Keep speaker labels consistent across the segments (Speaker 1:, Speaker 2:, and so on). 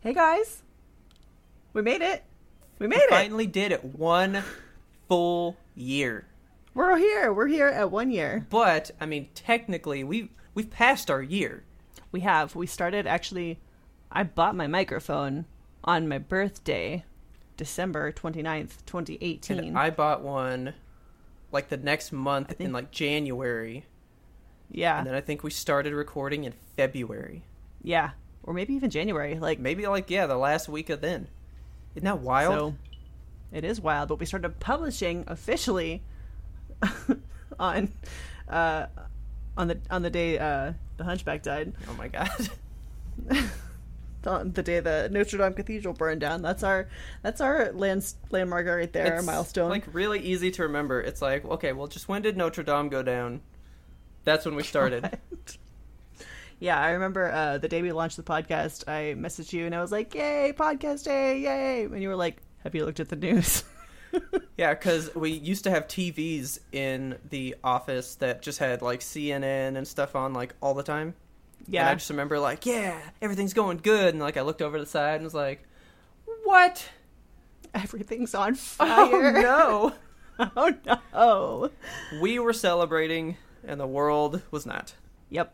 Speaker 1: Hey guys, we made it. We made it.
Speaker 2: Finally did it. One full year.
Speaker 1: We're here. We're here at one year.
Speaker 2: But I mean technically we we've passed our year.
Speaker 1: We have. We started actually. I bought my microphone on my birthday, December 29th, 2018.
Speaker 2: And I bought one like the next month
Speaker 1: think-
Speaker 2: in like January.
Speaker 1: yeah.
Speaker 2: And then I think we started recording in February.
Speaker 1: yeah. Or maybe even January. Like,
Speaker 2: Maybe like yeah, the last week of then. Isn't that wild?
Speaker 1: so it is wild, but we started publishing officially on. Uh, on the on the day uh, the Hunchback died,
Speaker 2: Oh my god.
Speaker 1: the, the day the Notre Dame Cathedral burned down. That's our that's our land, landmark right there, our
Speaker 2: It's,
Speaker 1: milestone.
Speaker 2: Like really easy to remember. It's like, okay, well just when did Notre Dame go down? That's when we started.
Speaker 1: Yeah, I remember uh, the day we launched the podcast, I messaged you and I was like, "Yay, podcast day, yay!" And you were like, "Have you looked at the news?"
Speaker 2: Yeah, because we used to have TVs in the office that just had like CNN and stuff on like all the time. And
Speaker 1: yeah,
Speaker 2: I just remember like, yeah, everything's going good, and like I looked over to the side and was like, what?
Speaker 1: everything's on fire.
Speaker 2: Oh
Speaker 1: Oh no. oh
Speaker 2: no! We were celebrating, and the world was not.
Speaker 1: Yep.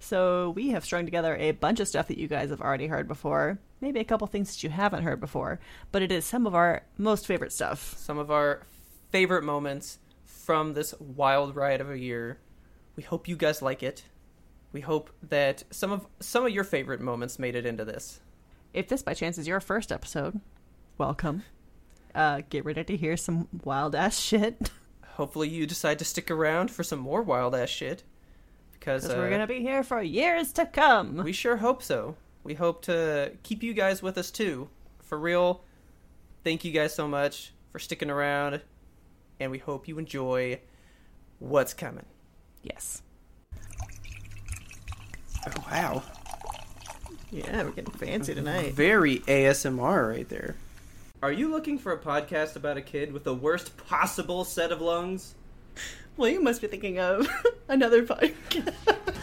Speaker 1: So we have strung together a bunch of stuff that you guys have already heard before, maybe a couple things that you haven't heard before, but it is some of our most favorite stuff.
Speaker 2: Some of our favorite moments from this wild ride of a year. We hope you guys like it. We hope that some of some of your favorite moments made it into this.
Speaker 1: If this by chance is your first episode, welcome. Uh, get ready to hear some wild ass shit.
Speaker 2: hopefully you decide to stick around for some more wild ass shit because
Speaker 1: Because
Speaker 2: uh,
Speaker 1: we're gonna be here for years to come.
Speaker 2: we sure hope so we hope to keep you guys with us too for real thank you guys so much for sticking around and we hope you enjoy what's coming
Speaker 1: yes.
Speaker 2: oh wow
Speaker 1: Yeah, we're getting fancy tonight.
Speaker 2: very asmr right there are you looking for a podcast about a kid with the worst possible set of lungs
Speaker 1: Well, you must be thinking of another podcast.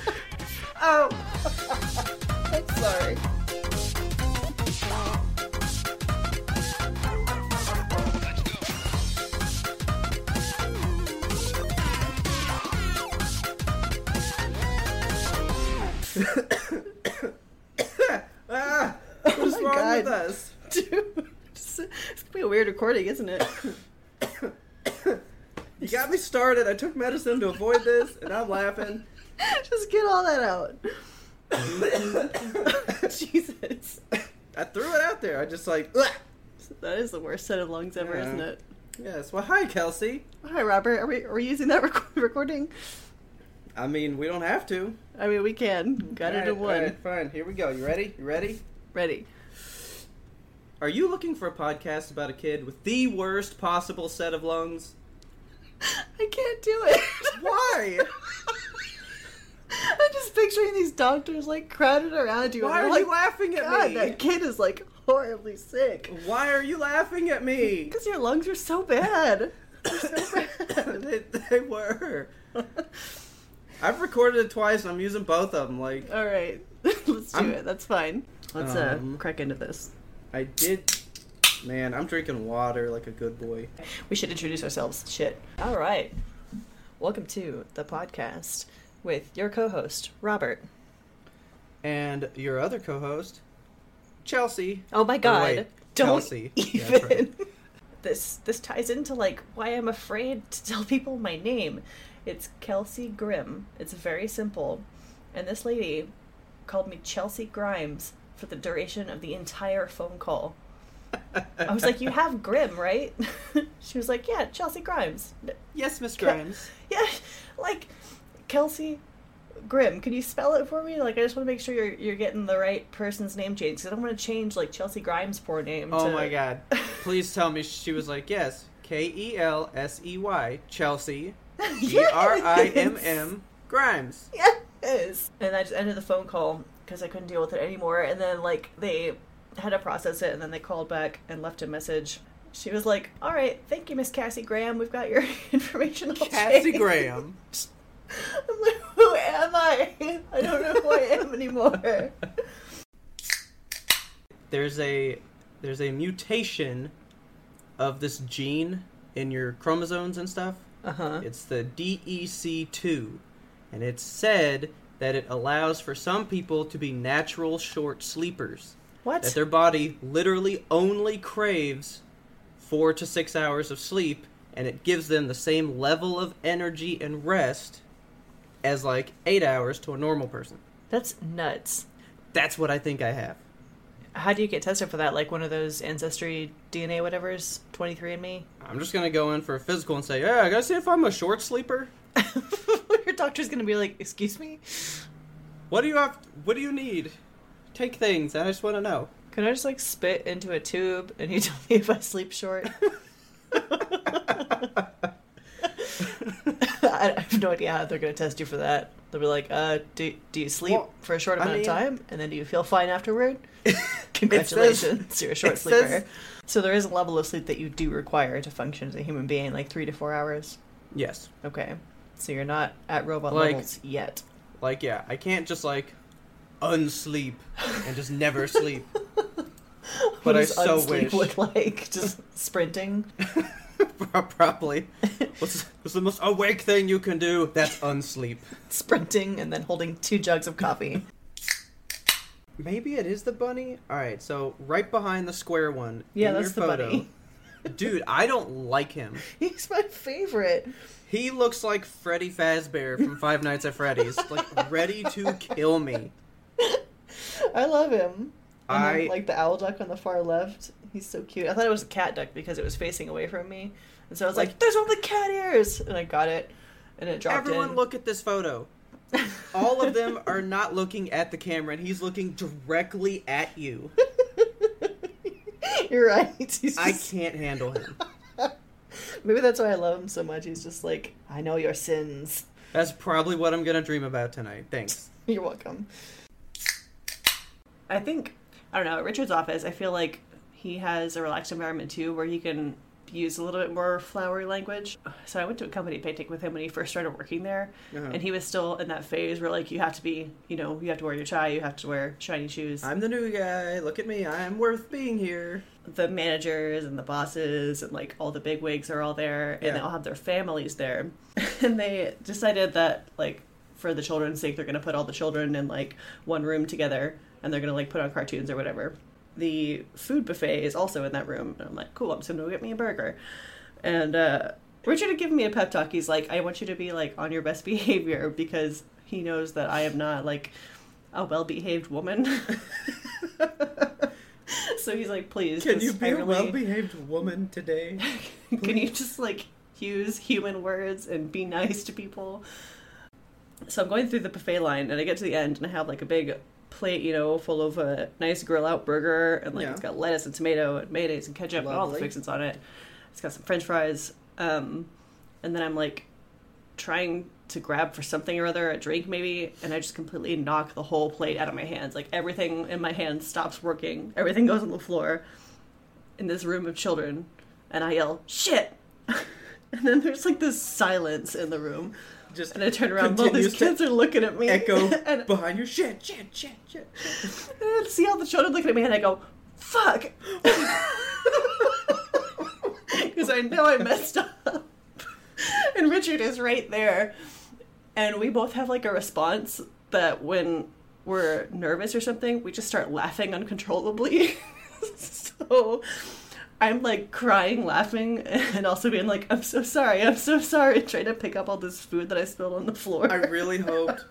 Speaker 2: oh
Speaker 1: I'm sorry.
Speaker 2: ah,
Speaker 1: my
Speaker 2: what's wrong
Speaker 1: God.
Speaker 2: with us
Speaker 1: Dude, it's gonna be a weird recording, isn't it?
Speaker 2: You got me started. I took medicine to avoid this, and I'm laughing.
Speaker 1: Just get all that out. Jesus.
Speaker 2: I threw it out there. I just like,
Speaker 1: That is the worst set of lungs ever,
Speaker 2: Yeah.
Speaker 1: isn't it?
Speaker 2: yes. Well, hi, Kelsey.
Speaker 1: Hi, Robert. Are we, are we using that rec- recording?
Speaker 2: I mean, we don't have to.
Speaker 1: I mean, we can. Got it in one.
Speaker 2: fine. Here we go. You ready? You ready?
Speaker 1: Ready.
Speaker 2: Are you looking for a podcast about a kid with the worst possible set of lungs?
Speaker 1: I can't do it.
Speaker 2: Why?
Speaker 1: I'm just picturing these doctors like crowded around you. and
Speaker 2: Why are
Speaker 1: they're
Speaker 2: you
Speaker 1: like,
Speaker 2: laughing at
Speaker 1: God,
Speaker 2: me?
Speaker 1: that kid is like horribly sick.
Speaker 2: Why are you laughing at me?
Speaker 1: Because your lungs are so bad. They're so bad.
Speaker 2: they, they were. I've recorded it twice, and I'm using both of them. Like,
Speaker 1: All right, let's do
Speaker 2: I'm-
Speaker 1: it. That's fine. Let's uh,
Speaker 2: Um,
Speaker 1: crack into this.
Speaker 2: I did. Man, I'm drinking water like a good boy.
Speaker 1: We should introduce ourselves. Shit. All right. Welcome to the podcast with your co-host Robert.
Speaker 2: And your other co host, Chelsea.
Speaker 1: Oh my god.
Speaker 2: wait,
Speaker 1: Don't
Speaker 2: Chelsea. Yeah, that's
Speaker 1: even.
Speaker 2: right.
Speaker 1: this this ties into like why I'm afraid to tell people my name. It's Kelsey Grimm. It's very simple. And this lady called me Chelsea Grimes for the duration of the entire phone call. I was like, "You have Grimm, right?" she was like, "Yeah, Chelsea Grimes."
Speaker 2: Yes, Miss
Speaker 1: Yeah, like Kelsey Grim, can you spell it for me? Like, I just want to make sure you're you're getting the right person's name changed. 'cause I don't want to change like Chelsea Grimes' poor name.
Speaker 2: Oh
Speaker 1: to-
Speaker 2: my god. Please tell me she was like, yes, K E L S E Y, Chelsea, G R I M M, Grimes.
Speaker 1: Yes. And I just ended the phone call because I couldn't deal with it anymore. And then like they had to process it, and then they called back and left a message. She was like, "All right, thank you, Miss Cassie Graham. We've got your information." all
Speaker 2: Cassie
Speaker 1: changed."
Speaker 2: Graham.
Speaker 1: I'm like, who am I? I don't know who I am anymore.
Speaker 2: There's a there's a mutation of this gene in your chromosomes and stuff.
Speaker 1: Uh huh.
Speaker 2: It's the DEC2, and it's said that it allows for some people to be natural short sleepers. that
Speaker 1: What?
Speaker 2: their body literally only craves four to six hours of sleep and it gives them the same level of energy and rest as like eight hours to a normal person
Speaker 1: That's nuts.
Speaker 2: that's what i think i have
Speaker 1: How do you get tested for that? Like one of those ancestry DNA whatever's 23andMe?
Speaker 2: i'm just gonna go in for a physical and say yeah i gotta see if i'm a short sleeper
Speaker 1: Your doctor's gonna be like, excuse me?
Speaker 2: what do you have what do you need take things i just want to know
Speaker 1: Can I just like spit into a tube and you tell me if I sleep short? I I have no idea how they're gonna test you for that. They'll be like, uh, do, do you sleep
Speaker 2: Well,
Speaker 1: for a short
Speaker 2: I
Speaker 1: amount
Speaker 2: mean-
Speaker 1: of time and then do you feel fine afterward?
Speaker 2: It says-
Speaker 1: Congratulations, you're a short
Speaker 2: it says-
Speaker 1: sleeper. So there is a level of sleep that you do require to function as a human being, like three to four hours.
Speaker 2: yes
Speaker 1: Okay. So you're not at robot
Speaker 2: Like-
Speaker 1: levels yet.
Speaker 2: like yeah i can't just like unsleep and just never sleep but
Speaker 1: What
Speaker 2: i
Speaker 1: does
Speaker 2: so
Speaker 1: unsleep
Speaker 2: wish
Speaker 1: Look like just sprinting.
Speaker 2: Probably. What's, what's the most awake thing you can do? That's unsleep.
Speaker 1: sprinting and then holding two jugs of coffee.
Speaker 2: Maybe it is the bunny. All right, so right behind the square one.
Speaker 1: Yeah,
Speaker 2: in
Speaker 1: that's the
Speaker 2: your photo,
Speaker 1: bunny.
Speaker 2: dude, I don't like him.
Speaker 1: He's my favorite.
Speaker 2: He looks like Freddy Fazbear from Five Nights at Freddy's, like ready to kill me.
Speaker 1: I love him. And then,
Speaker 2: I-
Speaker 1: like the owl duck on the far left. He's so cute. I thought it was a cat duck because it was facing away from me, and so I was like,
Speaker 2: Like-
Speaker 1: "There's all the cat ears," and I got it, and it dropped
Speaker 2: Everyone,
Speaker 1: in.
Speaker 2: look at this photo. All of them are not looking at the camera, and he's looking directly at you.
Speaker 1: You're right. He's
Speaker 2: I
Speaker 1: just-
Speaker 2: can't handle him.
Speaker 1: Maybe that's why I love him so much. He's just like, "I know your sins."
Speaker 2: That's probably what I'm gonna dream about tonight. Thanks.
Speaker 1: You're welcome. I think I don't know, at Richard's office, I feel like he has a relaxed environment too where he can use a little bit more flowery language. So I went to a company picnic with him when he first started working there
Speaker 2: Uh-huh.
Speaker 1: and he was still in that phase where like you have to be, you know, you have to wear your tie, you have to wear shiny shoes.
Speaker 2: I'm the new guy. Look at me. I'm worth being here.
Speaker 1: the managers and the bosses and like all the big wigs are all there and
Speaker 2: Yeah.
Speaker 1: they all have their families there and they decided that like for the children's sake they're going to put all the children in like one room together and they're going to like put on cartoons or whatever the food buffet is also in that room and i'm like cool i'm just going to go get me a burger and uh richard had given me a pep talk he's like i want you to be like on your best behavior because he knows that i am not like a well-behaved woman so he's like please
Speaker 2: Can
Speaker 1: just-
Speaker 2: you be
Speaker 1: I
Speaker 2: a
Speaker 1: really-
Speaker 2: well-behaved woman today?
Speaker 1: Can you just like use human words and be nice to people? So I'm going through the buffet line and I get to the end and I have like a big plate, you know, full of a nice grill out burger and like
Speaker 2: Yeah.
Speaker 1: it's got lettuce and tomato and mayonnaise and ketchup and all the
Speaker 2: Lovely.
Speaker 1: fixings on it. It's got some french fries. Um, and then I'm like trying to grab for something or other, a drink maybe, and I just completely knock the whole plate out of my hands. Like everything in my hands stops working, everything goes on the floor in this room of children, and I yell, shit! and then there's like this silence in the room.
Speaker 2: Just
Speaker 1: And I turn around, all these
Speaker 2: Continues to
Speaker 1: kids are looking at me.
Speaker 2: echo
Speaker 1: and, and
Speaker 2: behind you. Shit, shit, shit, shit.
Speaker 1: I see all the children looking at me, and I go, fuck! Because I know I messed up. and Richard is right there. And we both have like a response that when we're nervous or something, we just start laughing uncontrollably. so I'm like crying, laughing, and also being like, I'm so sorry, I'm so sorry, trying to pick up all this food that I spilled on the floor.
Speaker 2: I really hoped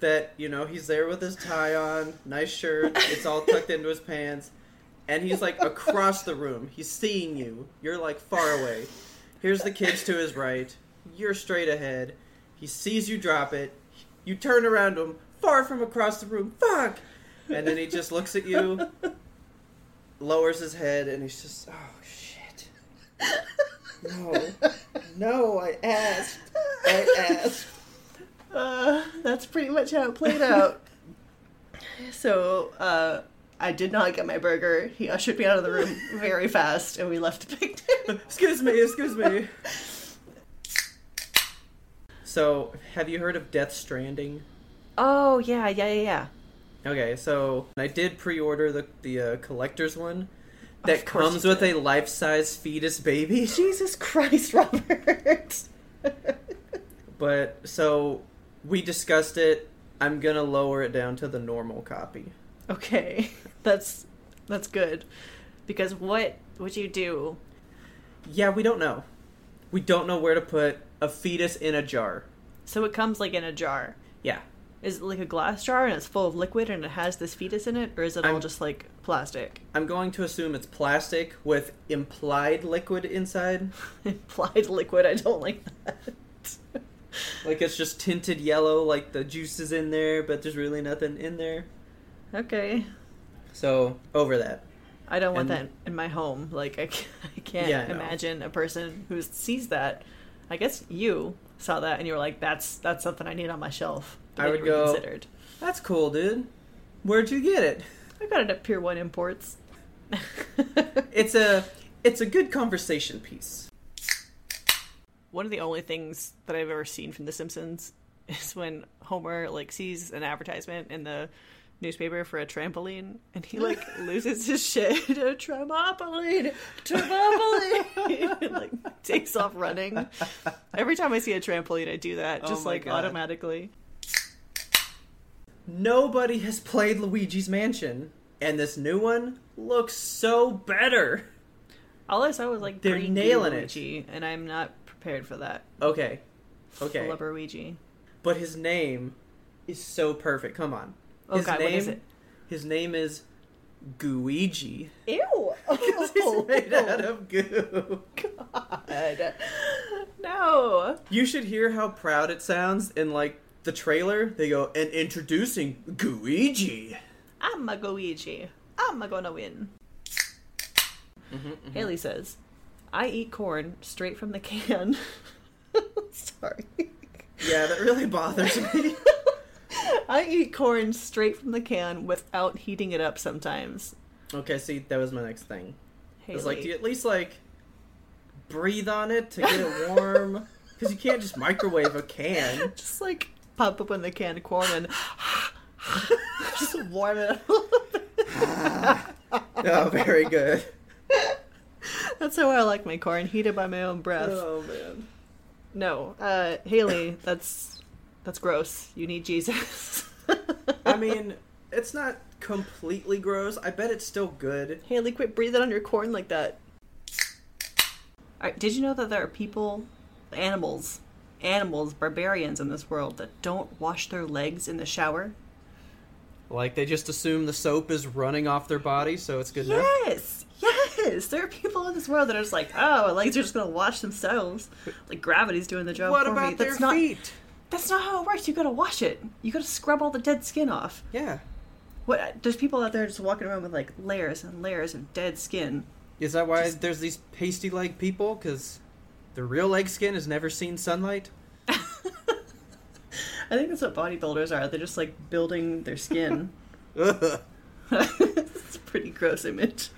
Speaker 2: that you know he's there with his tie on, nice shirt. It's all tucked into his pants, and he's like across the room. He's seeing you. You're like far away. Here's the kids to his right. You're straight ahead. He sees you drop it. You turn around to him, far from across the room, fuck! And then he just looks at you, lowers his head, and he's just, oh shit. No. No, I asked. I asked.
Speaker 1: Uh, that's pretty much how it played out. so uh, I did not get my burger. He ushered me out of the room very fast, and we left the picnic.
Speaker 2: Excuse me, excuse me. So, have you heard of Death Stranding?
Speaker 1: oh yeah, yeah, yeah, yeah.
Speaker 2: Okay, so I did pre-order the the uh, collector's one that
Speaker 1: Of course
Speaker 2: comes
Speaker 1: you
Speaker 2: with
Speaker 1: did.
Speaker 2: a life-size fetus baby.
Speaker 1: Jesus Christ, Robert.
Speaker 2: But so we discussed it. I'm gonna lower it down to the normal copy.
Speaker 1: okay, that's that's good, because what would you do?
Speaker 2: Yeah, we don't know. We don't know where to put a fetus in a jar.
Speaker 1: So it comes like in a jar.
Speaker 2: Yeah,
Speaker 1: Is it like a glass jar and it's full of liquid and it has this fetus in it, or is it all
Speaker 2: I'm-
Speaker 1: just like plastic?
Speaker 2: I'm going to assume it's plastic with implied liquid inside.
Speaker 1: Implied liquid. I don't like that.
Speaker 2: Like it's just tinted yellow, like the juice is in there, but there's really nothing in there.
Speaker 1: okay.
Speaker 2: So over that.
Speaker 1: I don't want
Speaker 2: And-
Speaker 1: that in my home. Like I, c- I can't
Speaker 2: Yeah, I know.
Speaker 1: imagine a person who sees that. I guess you saw that and you were like, "That's that's something I need on my shelf."
Speaker 2: I
Speaker 1: then
Speaker 2: would
Speaker 1: you
Speaker 2: go-
Speaker 1: reconsidered.
Speaker 2: That's cool, dude. Where'd you get it?
Speaker 1: I got it at Pier One Imports.
Speaker 2: It's a it's a good conversation piece.
Speaker 1: one of the only things that I've ever seen from The Simpsons is when Homer like sees an advertisement in the newspaper for a trampoline and he like loses his shit a trampoline trampoline and, like takes off running every time i see a trampoline i do that
Speaker 2: Oh
Speaker 1: just
Speaker 2: my
Speaker 1: like
Speaker 2: God.
Speaker 1: automatically
Speaker 2: Nobody has played Luigi's Mansion, and this new one looks so better.
Speaker 1: all i saw was like
Speaker 2: They're
Speaker 1: green goo
Speaker 2: nailing it.
Speaker 1: Luigi, and i'm not prepared for that
Speaker 2: Okay, okay,
Speaker 1: Flubberwigi.
Speaker 2: but his name is so perfect. Come on,
Speaker 1: Oh,
Speaker 2: his
Speaker 1: God,
Speaker 2: name,
Speaker 1: what is it?
Speaker 2: His name is Gooigi.
Speaker 1: ew
Speaker 2: 'Cause He's made out
Speaker 1: oh.
Speaker 2: of goo.
Speaker 1: God. no
Speaker 2: You should hear how proud it sounds in like the trailer. They go and introducing Gooigi.
Speaker 1: I'm a Goichi. I'm a gonna win.
Speaker 2: Mm-hmm,
Speaker 1: Haley says, I eat corn straight from the can. Sorry.
Speaker 2: Yeah, that really bothers me.
Speaker 1: I eat corn straight from the can without heating it up sometimes.
Speaker 2: okay, see, that was my next thing.
Speaker 1: Haley.
Speaker 2: It's like, do you at least like breathe on it to get it warm? Because you can't just microwave a can.
Speaker 1: Just like pop open the can of corn and just warm it up a little bit.
Speaker 2: Oh, very good.
Speaker 1: That's how I like my corn, heated by my own breath.
Speaker 2: Oh, man.
Speaker 1: No, uh, Haley, that's that's gross. You need Jesus.
Speaker 2: I mean, it's not completely gross. I bet it's still good.
Speaker 1: Haley, quit breathing on your corn like that. All right, did you know that there are people, animals, animals, barbarians in this world that don't wash their legs in the shower?
Speaker 2: Like they just assume the soap is running off their body, so it's good enough.
Speaker 1: Yes, yes. There are people in this world that are just like, oh, my legs are just gonna wash themselves. Like gravity's doing the job
Speaker 2: What
Speaker 1: for me.
Speaker 2: about their
Speaker 1: that's not,
Speaker 2: feet?
Speaker 1: That's not how it works. You gotta wash it. You gotta scrub all the dead skin off.
Speaker 2: Yeah.
Speaker 1: What? There's people out there just walking around with like layers and layers of dead skin.
Speaker 2: Is that why there's these pasty leg people? Because the real leg skin has never seen sunlight.
Speaker 1: I think that's what bodybuilders are. They're just like building their skin. it's a pretty gross image.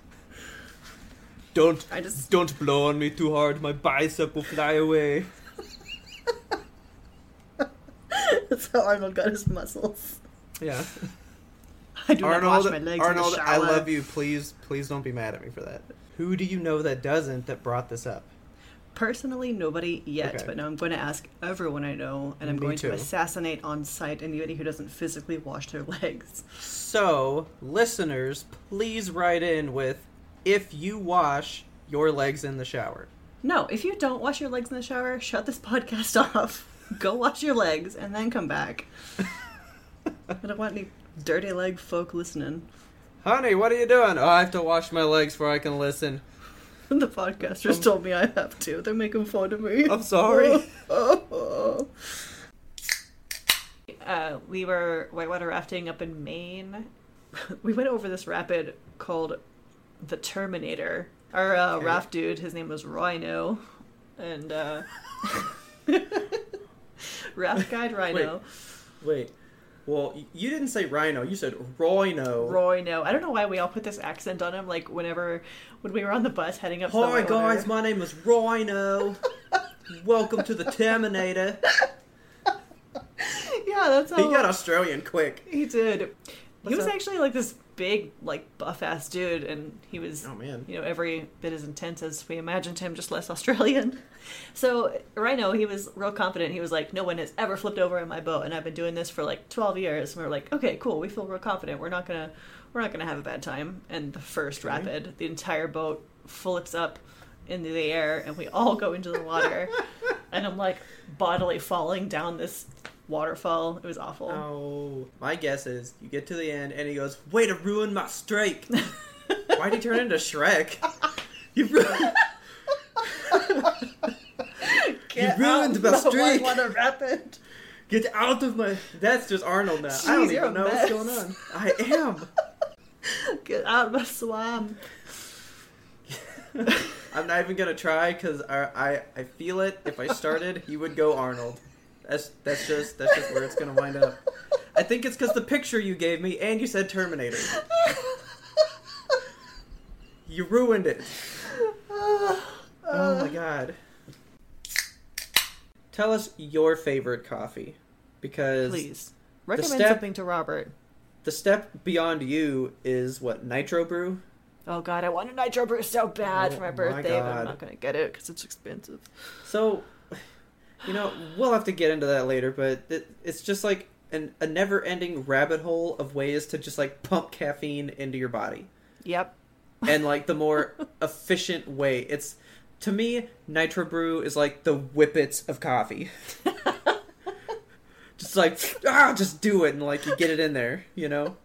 Speaker 2: Don't
Speaker 1: I just-
Speaker 2: don't blow on me too hard. My bicep will fly away.
Speaker 1: That's how Arnold got his muscles.
Speaker 2: Yeah.
Speaker 1: I do
Speaker 2: Arnold,
Speaker 1: not wash my legs in
Speaker 2: Arnold,
Speaker 1: the
Speaker 2: I
Speaker 1: shower.
Speaker 2: love you. Please, please don't be mad at me for that. Who do you know that doesn't that brought this up?
Speaker 1: Personally, nobody yet,
Speaker 2: Okay.
Speaker 1: but now I'm going to ask everyone I know, and I'm
Speaker 2: Me
Speaker 1: going
Speaker 2: too.
Speaker 1: to assassinate on sight anybody who doesn't physically wash their legs.
Speaker 2: So, listeners, please write in with if you wash your legs in the shower.
Speaker 1: No, if you don't wash your legs in the shower, shut this podcast off. Go wash your legs and then come back. I don't want any dirty leg folk listening.
Speaker 2: Honey, what are you doing? Oh, I have to wash my legs before I can listen.
Speaker 1: The podcasters told me I have to. They're making fun of me.
Speaker 2: I'm sorry.
Speaker 1: Oh, oh, oh. uh, we were whitewater rafting up in Maine. we went over this rapid called the Terminator. Our uh,
Speaker 2: Okay.
Speaker 1: raft dude, his name was Rhino, and uh, raft guide Rhino.
Speaker 2: Wait. Well, y- you didn't say rhino. You said rhino.
Speaker 1: Roy, no. I don't know why we all put this accent on him. Like whenever when we were on the bus heading up.
Speaker 2: Hi
Speaker 1: Stillwater.
Speaker 2: guys, Oh my name is Rhino. Welcome to the Terminator.
Speaker 1: yeah, that's how
Speaker 2: He got Australian quick.
Speaker 1: he did. he
Speaker 2: What's
Speaker 1: was
Speaker 2: up?
Speaker 1: actually like this big, like buff ass dude, and he was,
Speaker 2: Oh man.
Speaker 1: you know, every bit as intense as we imagined him, just less Australian. So Rhino, he was real confident. He was like, "No one has ever flipped over in my boat, and I've been doing this for like 12 years." And we were like, "Okay, cool. We feel real confident. We're not gonna, we're not gonna have a bad time." And the first
Speaker 2: Okay.
Speaker 1: rapid, the entire boat flips up into the air, and we all go into the water. and I'm like bodily falling down this waterfall. It was awful.
Speaker 2: Oh. My guess is you get to the end and he goes, "Way to ruin my streak." Why'd he turn into Shrek? You ruined.
Speaker 1: Get
Speaker 2: ruined
Speaker 1: out,
Speaker 2: my
Speaker 1: no, I
Speaker 2: streak.
Speaker 1: wanna wrap it.
Speaker 2: Get out of my. That's just Arnold now. I
Speaker 1: Jeez,
Speaker 2: don't
Speaker 1: you're a
Speaker 2: even know
Speaker 1: mess.
Speaker 2: what's going on. I am.
Speaker 1: Get out of my swamp.
Speaker 2: I'm not even gonna try because I, I I feel it. If I started, he would go Arnold. That's that's just that's just where it's gonna wind up. I think it's because the picture you gave me and you said Terminator. You ruined it. Oh my god. Tell us your favorite coffee, because
Speaker 1: Please recommend
Speaker 2: step-
Speaker 1: something to Robert.
Speaker 2: the step beyond you is what nitro brew.
Speaker 1: Oh god, I want a nitro brew so bad
Speaker 2: Oh
Speaker 1: for my
Speaker 2: my
Speaker 1: birthday, but I'm
Speaker 2: God.
Speaker 1: not gonna get it because it's expensive.
Speaker 2: So, you know, we'll have to get into that later, but it, it's just like an, a never ending rabbit hole of ways to just like pump caffeine into your body.
Speaker 1: Yep.
Speaker 2: And like the more efficient way. It's, to me, Nitro Brew is like the whippets of coffee. just like, ah, just do it. And like you get it in there, you know?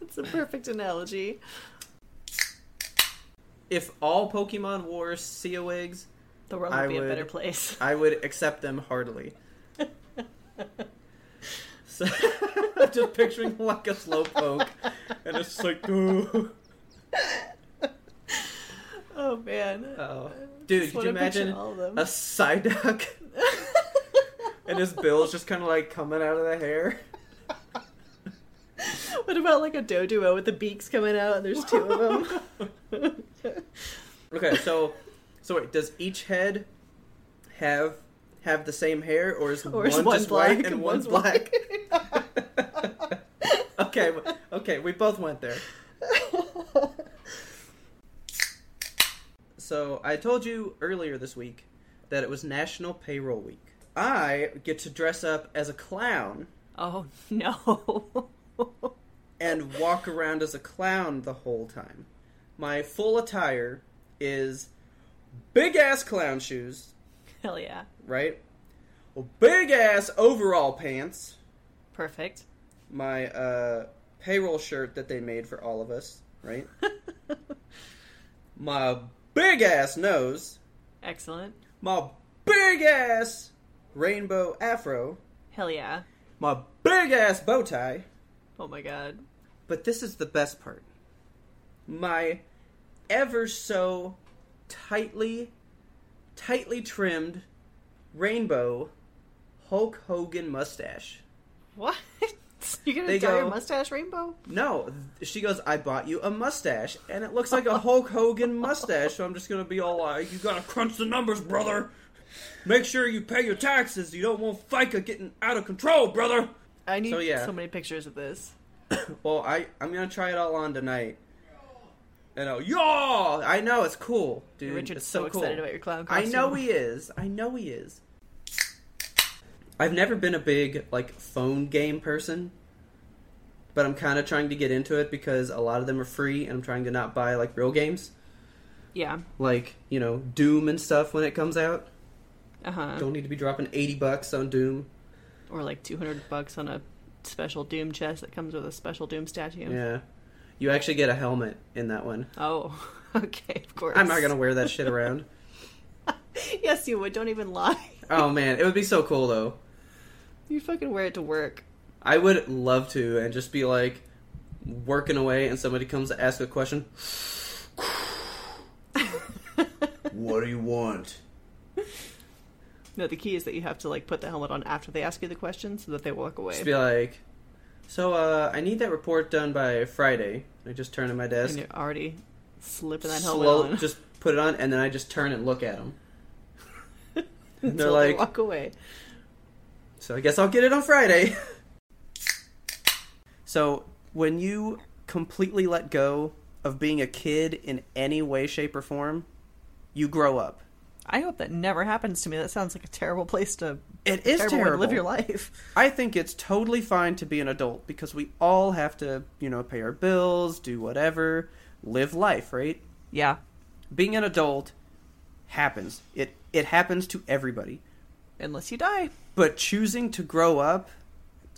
Speaker 1: It's a perfect analogy.
Speaker 2: If all Pokemon wore COEGs,
Speaker 1: The world
Speaker 2: I
Speaker 1: would be a
Speaker 2: would-
Speaker 1: better place.
Speaker 2: I would accept them heartily. so I'm just picturing like a slowpoke, and it's just like, "Ugh."
Speaker 1: Oh man.
Speaker 2: oh, dude,
Speaker 1: Just
Speaker 2: could you
Speaker 1: wanna picture
Speaker 2: imagine
Speaker 1: all of them.
Speaker 2: a Psyduck and his bill's just kind of like coming out of the hair?
Speaker 1: what about like a Doduo with the beaks coming out and there's two of them?
Speaker 2: Okay, so, so wait, does each head have have the same hair, or is
Speaker 1: Or
Speaker 2: one
Speaker 1: is
Speaker 2: just
Speaker 1: one black
Speaker 2: white and,
Speaker 1: and
Speaker 2: one's
Speaker 1: one's
Speaker 2: black? okay, w- okay, we both went there. So I told you earlier this week that it was National Payroll Week. I get to dress up as a clown
Speaker 1: oh no.
Speaker 2: and walk around as a clown the whole time. My full attire is big ass clown shoes,
Speaker 1: Hell yeah.
Speaker 2: right? Big ass overall pants,
Speaker 1: Perfect.
Speaker 2: my uh, payroll shirt that they made for all of us, right? my big ass nose,
Speaker 1: Excellent.
Speaker 2: my big ass rainbow afro,
Speaker 1: Hell yeah.
Speaker 2: my big ass bow tie.
Speaker 1: Oh my god.
Speaker 2: But this is the best part. My ever so tightly, tightly trimmed rainbow Hulk Hogan mustache.
Speaker 1: What? You gonna
Speaker 2: They
Speaker 1: dye your
Speaker 2: go-
Speaker 1: mustache rainbow?
Speaker 2: No, she goes, I bought you a mustache, and it looks like a Hulk Hogan mustache, so I'm just gonna be all like, you gotta crunch the numbers, brother. Make sure you pay your taxes. You don't want FICA getting out of control, brother.
Speaker 1: I need
Speaker 2: So, yeah.
Speaker 1: so many pictures of this.
Speaker 2: Well, I I'm gonna try it all on tonight. And oh, y'all! I know it's cool, dude.
Speaker 1: Richard's
Speaker 2: it's
Speaker 1: so,
Speaker 2: so, cool.
Speaker 1: excited about your clown
Speaker 2: I
Speaker 1: costume.
Speaker 2: know he is. I know he is. I've never been a big like phone game person, but I'm kind of trying to get into it because a lot of them are free, and I'm trying to not buy like real games,
Speaker 1: Yeah.
Speaker 2: like you know Doom and stuff when it comes out.
Speaker 1: Uh huh.
Speaker 2: Don't need to be dropping eighty bucks on Doom.
Speaker 1: Or like two hundred bucks on a special Doom chest that comes with a special Doom statue.
Speaker 2: Yeah, you actually get a helmet in that one.
Speaker 1: Oh. Okay. Of course.
Speaker 2: I'm not gonna wear that shit around.
Speaker 1: yes, you would. Don't even lie.
Speaker 2: Oh man, it would be so cool though.
Speaker 3: You fucking wear it to work.
Speaker 2: I would love to and just be like working away and somebody comes to ask a question. what do you want?
Speaker 3: No, the key is that you have to like put the helmet on after they ask you the question so that they walk away.
Speaker 2: Just be like, so uh, I need that report done by Friday. I just turn to my
Speaker 3: and
Speaker 2: desk,
Speaker 3: you're already slipping that helmet
Speaker 2: slow,
Speaker 3: on.
Speaker 2: just put it on, and then I just turn and look at them.
Speaker 3: until
Speaker 2: they're like-
Speaker 3: they walk away.
Speaker 2: So I guess I'll get it on Friday. so when you completely let go of being a kid in any way, shape, or form, you grow up.
Speaker 3: I hope that never happens to me. That sounds like a terrible place to.
Speaker 2: It is
Speaker 3: terrible way to
Speaker 2: terrible.
Speaker 3: live your life.
Speaker 2: I think it's totally fine to be an adult because we all have to, you know, pay our bills, do whatever, live life, right?
Speaker 3: Yeah,
Speaker 2: Being an adult happens. It it happens to everybody.
Speaker 3: unless you die.
Speaker 2: But choosing to grow up,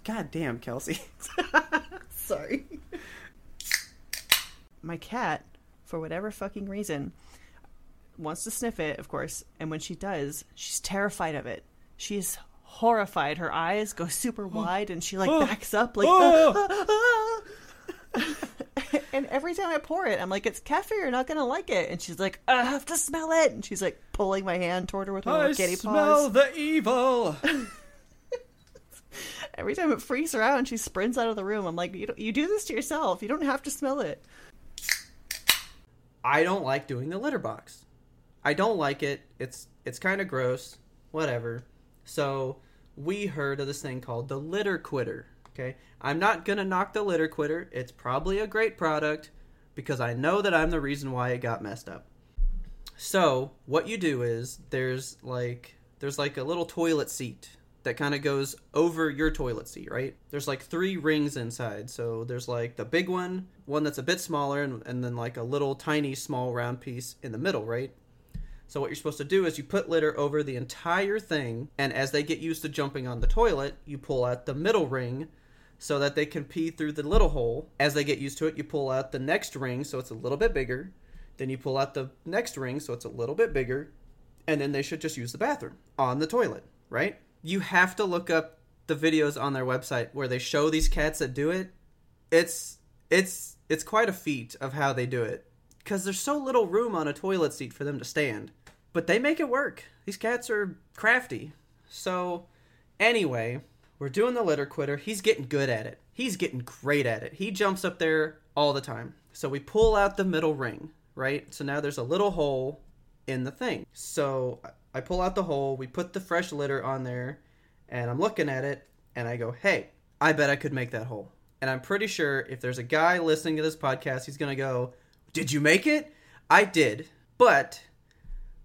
Speaker 2: god damn, Kelsey.
Speaker 3: Sorry. My cat, for whatever fucking reason, wants to sniff it, of course, and when she does, she's terrified of it. She's horrified. Her eyes go super wide and she like backs up like
Speaker 2: Oh.
Speaker 3: and every time I pour it, I'm like, It's kefir, you're not gonna like it and she's like, I have to smell it and she's like pulling my hand toward her with her little kitty paws.
Speaker 2: the evil.
Speaker 3: Every time it freaks her out and she sprints out of the room, I'm like, you, don't, you do this to yourself. You don't have to smell it.
Speaker 2: I don't like doing the litter box. I don't like it. It's it's kind of gross. Whatever. So we heard of this thing called the litter quitter. Okay, I'm not gonna knock the litter quitter. It's probably a great product because I know that I'm the reason why it got messed up. So what you do is there's like there's like a little toilet seat that kind of goes over your toilet seat, right? There's like three rings inside. So there's like the big one, one that's a bit smaller, and, and then like a little tiny small round piece in the middle, right? So what you're supposed to do is you put litter over the entire thing, and as they get used to jumping on the toilet, you pull out the middle ring so that they can pee through the little hole. As they get used to it, you pull out the next ring so it's a little bit bigger. Then you pull out the next ring so it's a little bit bigger. And then they should just use the bathroom on the toilet, right? You have to look up the videos on their website where they show these cats that do it. It's it's it's quite a feat of how they do it cuz there's so little room on a toilet seat for them to stand. But they make it work. These cats are crafty. So Anyway, we're doing the litter quitter. He's getting good at it. He's getting great at it. He jumps up there all the time. So we pull out the middle ring, right? So now there's a little hole in the thing. So I- I pull out the hole, we put the fresh litter on there, and I'm looking at it, and I go, hey, I bet I could make that hole. And I'm pretty sure if there's a guy listening to this podcast, he's going to go, did you make it? I did. But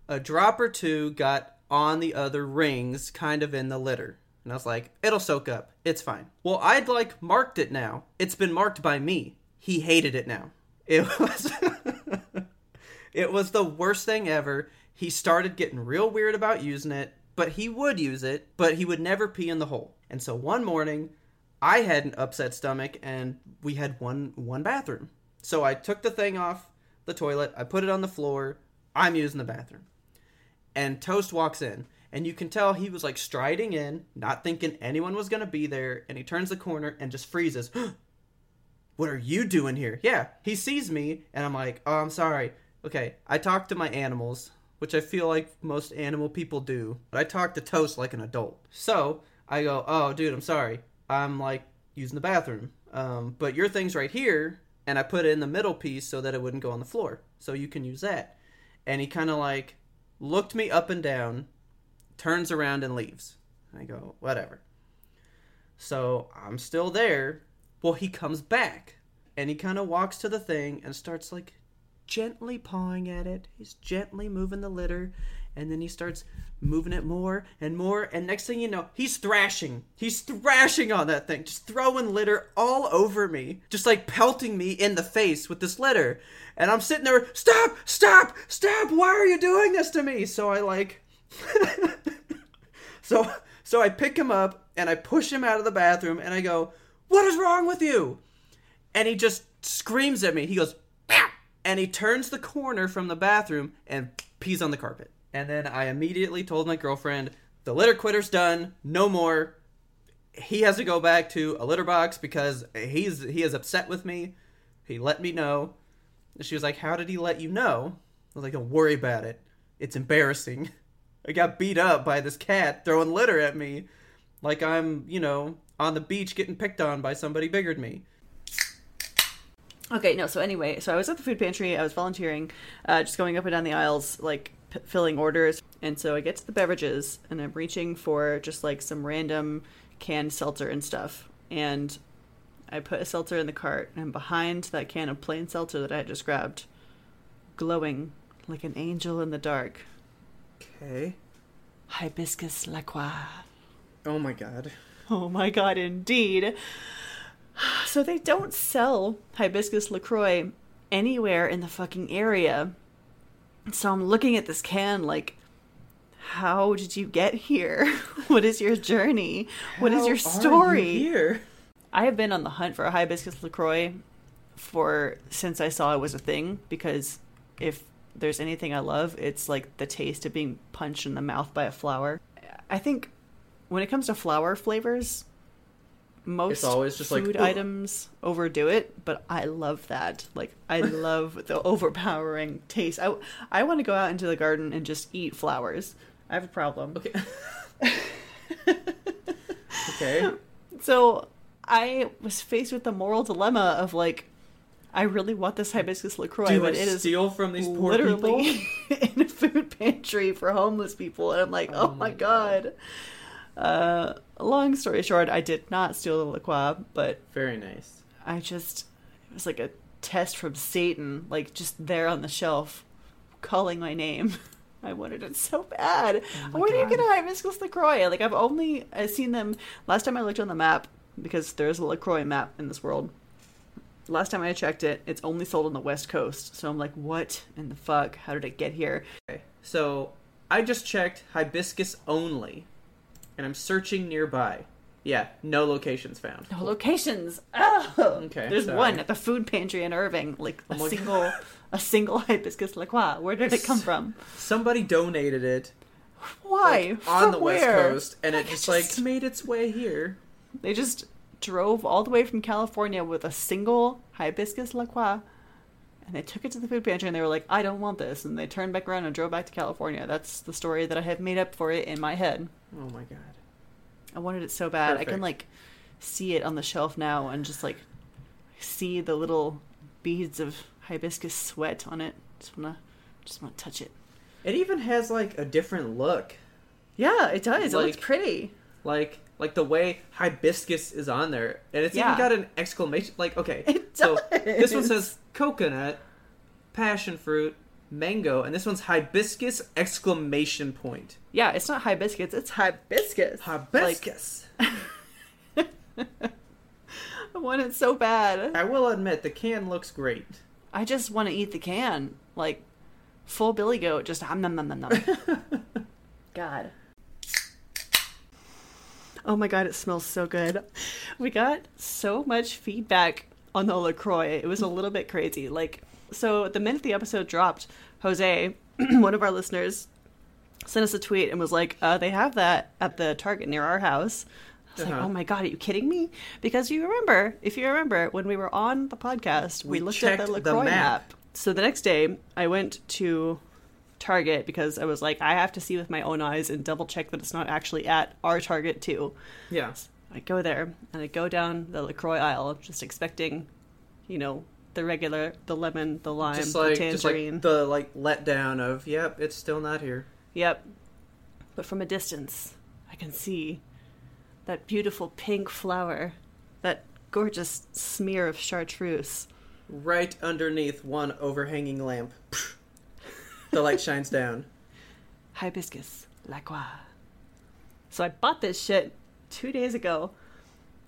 Speaker 2: a drop or two got on the other rings, kind of in the litter. And I was like, it'll soak up. It's fine. Well, I'd like marked it now. It's been marked by me. He hated it now. It was It was the worst thing ever. He started getting real weird about using it, but he would use it, but he would never pee in the hole. And so one morning, I had an upset stomach and we had one one bathroom. So I took the thing off the toilet, I put it on the floor. I'm using the bathroom and Toast walks in. And you can tell he was like striding in, not thinking anyone was going to be there. And he turns the corner and just freezes. what are you doing here? Yeah, he sees me. And I'm like, oh, I'm sorry. Okay, I talk to my animals, which I feel like most animal people do. But I talk to Toast like an adult. So I go, oh, dude, I'm sorry. I'm like using the bathroom. Um, but your thing's right here. And I put it in the middle piece so that it wouldn't go on the floor. So you can use that and he kind of like looked me up and down, turns around and leaves. And I go, whatever. So I'm still there. Well, he comes back and he kind of walks to the thing and starts like gently pawing at it. He's gently moving the litter and then he starts moving it more and more. And next thing you know, he's thrashing. He's thrashing on that thing, just throwing litter all over me, just like pelting me in the face with this litter. And I'm sitting there, stop, stop, stop. Why are you doing this to me? So I like. So so I pick him up and I push him out of the bathroom and I go, "What is wrong with you?" And he just screams at me. He goes, "Pow!" and he turns the corner from the bathroom and pees on the carpet. And then I immediately told my girlfriend The litter quitter's done. No more. He has to go back to a litter box because he's he is upset with me. He let me know. And she was like, "How did he let you know?" I was like, "Don't worry about it. It's embarrassing. I got beat up by this cat throwing litter at me, like I'm you know on the beach getting picked on by somebody bigger than me."
Speaker 1: Okay, no. So anyway, so I was at the food pantry. I was volunteering, uh, just going up and down the aisles, like p- filling orders. And so I get to the beverages, and I'm reaching for just like some random canned seltzer and stuff. And I put a seltzer in the cart, and behind that can of plain seltzer that I had just grabbed, glowing like an angel in the dark,
Speaker 2: Okay.
Speaker 1: hibiscus la croix.
Speaker 2: Oh my god.
Speaker 1: Oh my god, indeed. So they don't sell hibiscus LaCroix anywhere in the fucking area. So I'm looking at this can like, how did you get here? what is your journey? what is
Speaker 2: How
Speaker 1: your
Speaker 2: are you
Speaker 1: story?
Speaker 2: here?
Speaker 1: I have been on the hunt for a hibiscus LaCroix for since I saw it was a thing because if there's anything I love, it's like the taste of being punched in the mouth by a flower. I think when it comes to flower flavors, most
Speaker 2: always just like,
Speaker 1: food
Speaker 2: "Ugh."
Speaker 1: items overdo it, but I love that. Like I love the overpowering taste. I I want to go out into the garden and just eat flowers. I have a problem.
Speaker 2: Okay. okay.
Speaker 1: So I was faced with the moral dilemma of like, I really want this hibiscus Lacroix,
Speaker 2: Do I
Speaker 1: but it is
Speaker 2: steal from these poor people?
Speaker 1: literally in a food pantry for homeless people, and I'm like, oh,
Speaker 2: Oh
Speaker 1: my
Speaker 2: my
Speaker 1: god. Uh, long story short, I did not steal the Lacroix, but
Speaker 2: Very nice.
Speaker 1: I just it was like a test from Satan, like just there on the shelf, calling my name. I wanted it so bad.
Speaker 2: Oh
Speaker 1: Where do you get a hibiscus Lacroix? Like I've only I've seen them last time I looked on the map because there is a Lacroix map in this world. Last time I checked it, it's only sold on the West Coast. So I'm like, what in the fuck? How did it get here?
Speaker 2: So I just checked hibiscus only, and I'm searching nearby. Yeah, no locations found.
Speaker 1: No locations. Oh,
Speaker 2: Okay,
Speaker 1: There's
Speaker 2: sorry.
Speaker 1: one at the food pantry in Irving. Like a
Speaker 2: Oh my
Speaker 1: single, a single hibiscus Lacroix. Where did it come from?
Speaker 2: Somebody donated it
Speaker 1: Why?
Speaker 2: on
Speaker 1: From
Speaker 2: the west
Speaker 1: where?
Speaker 2: coast, and it just like made its way here.
Speaker 1: They just drove all the way from California with a single hibiscus La Croix, and they took it to the food pantry and they were like, I don't want this. And they turned back around and drove back to California. That's the story that I have made up for it in my head.
Speaker 2: Oh my god.
Speaker 1: I wanted it so bad. I can
Speaker 2: Perfect.
Speaker 1: like see it on the shelf now and just like see the little beads of hibiscus sweat on it. Just wanna just wanna touch it.
Speaker 2: It even has like a different look.
Speaker 1: Yeah, it does. it looks
Speaker 2: Like-
Speaker 1: pretty.
Speaker 2: Like like the way hibiscus is on there, and it's
Speaker 1: Yeah.
Speaker 2: even got an exclamation. Like okay,
Speaker 1: It
Speaker 2: so this one
Speaker 1: does.
Speaker 2: says coconut, passion fruit, mango, and this one's hibiscus exclamation point.
Speaker 1: Yeah, it's not hibiscus, it's hibiscus. Like,
Speaker 2: Hibiscus.
Speaker 1: I want it so bad.
Speaker 2: I will admit the can looks great.
Speaker 1: I just want to eat the can, like full billy goat. Just um nom nom nom nom. God. Oh my god, it smells so good. We got so much feedback on the LaCroix. It was a little bit crazy. Like, so the minute the episode dropped, Jose, one of our listeners, sent us a tweet and was like, uh, they have that at the Target near our house. I was like,
Speaker 2: Uh-huh.
Speaker 1: oh my god, are you kidding me? Because you remember, if you remember, when we were on the podcast, we,
Speaker 2: We
Speaker 1: looked at the
Speaker 2: checked the
Speaker 1: LaCroix map.
Speaker 2: map.
Speaker 1: So the next day, I went to Target because I was like, I have to see with my own eyes and double check that it's not actually at our Target too.
Speaker 2: Yeah.
Speaker 1: I go there and I go down the LaCroix aisle, just expecting, you know, the regular, the lemon, the lime,
Speaker 2: Just like,
Speaker 1: the
Speaker 2: just like
Speaker 1: tangerine.
Speaker 2: the like letdown of yep, it's still not here.
Speaker 1: Yep. But from a distance, I can see that beautiful pink flower, that gorgeous smear of chartreuse.
Speaker 2: Right underneath one overhanging lamp, the light shines down.
Speaker 1: hibiscus la croix. So I bought this shit two days ago,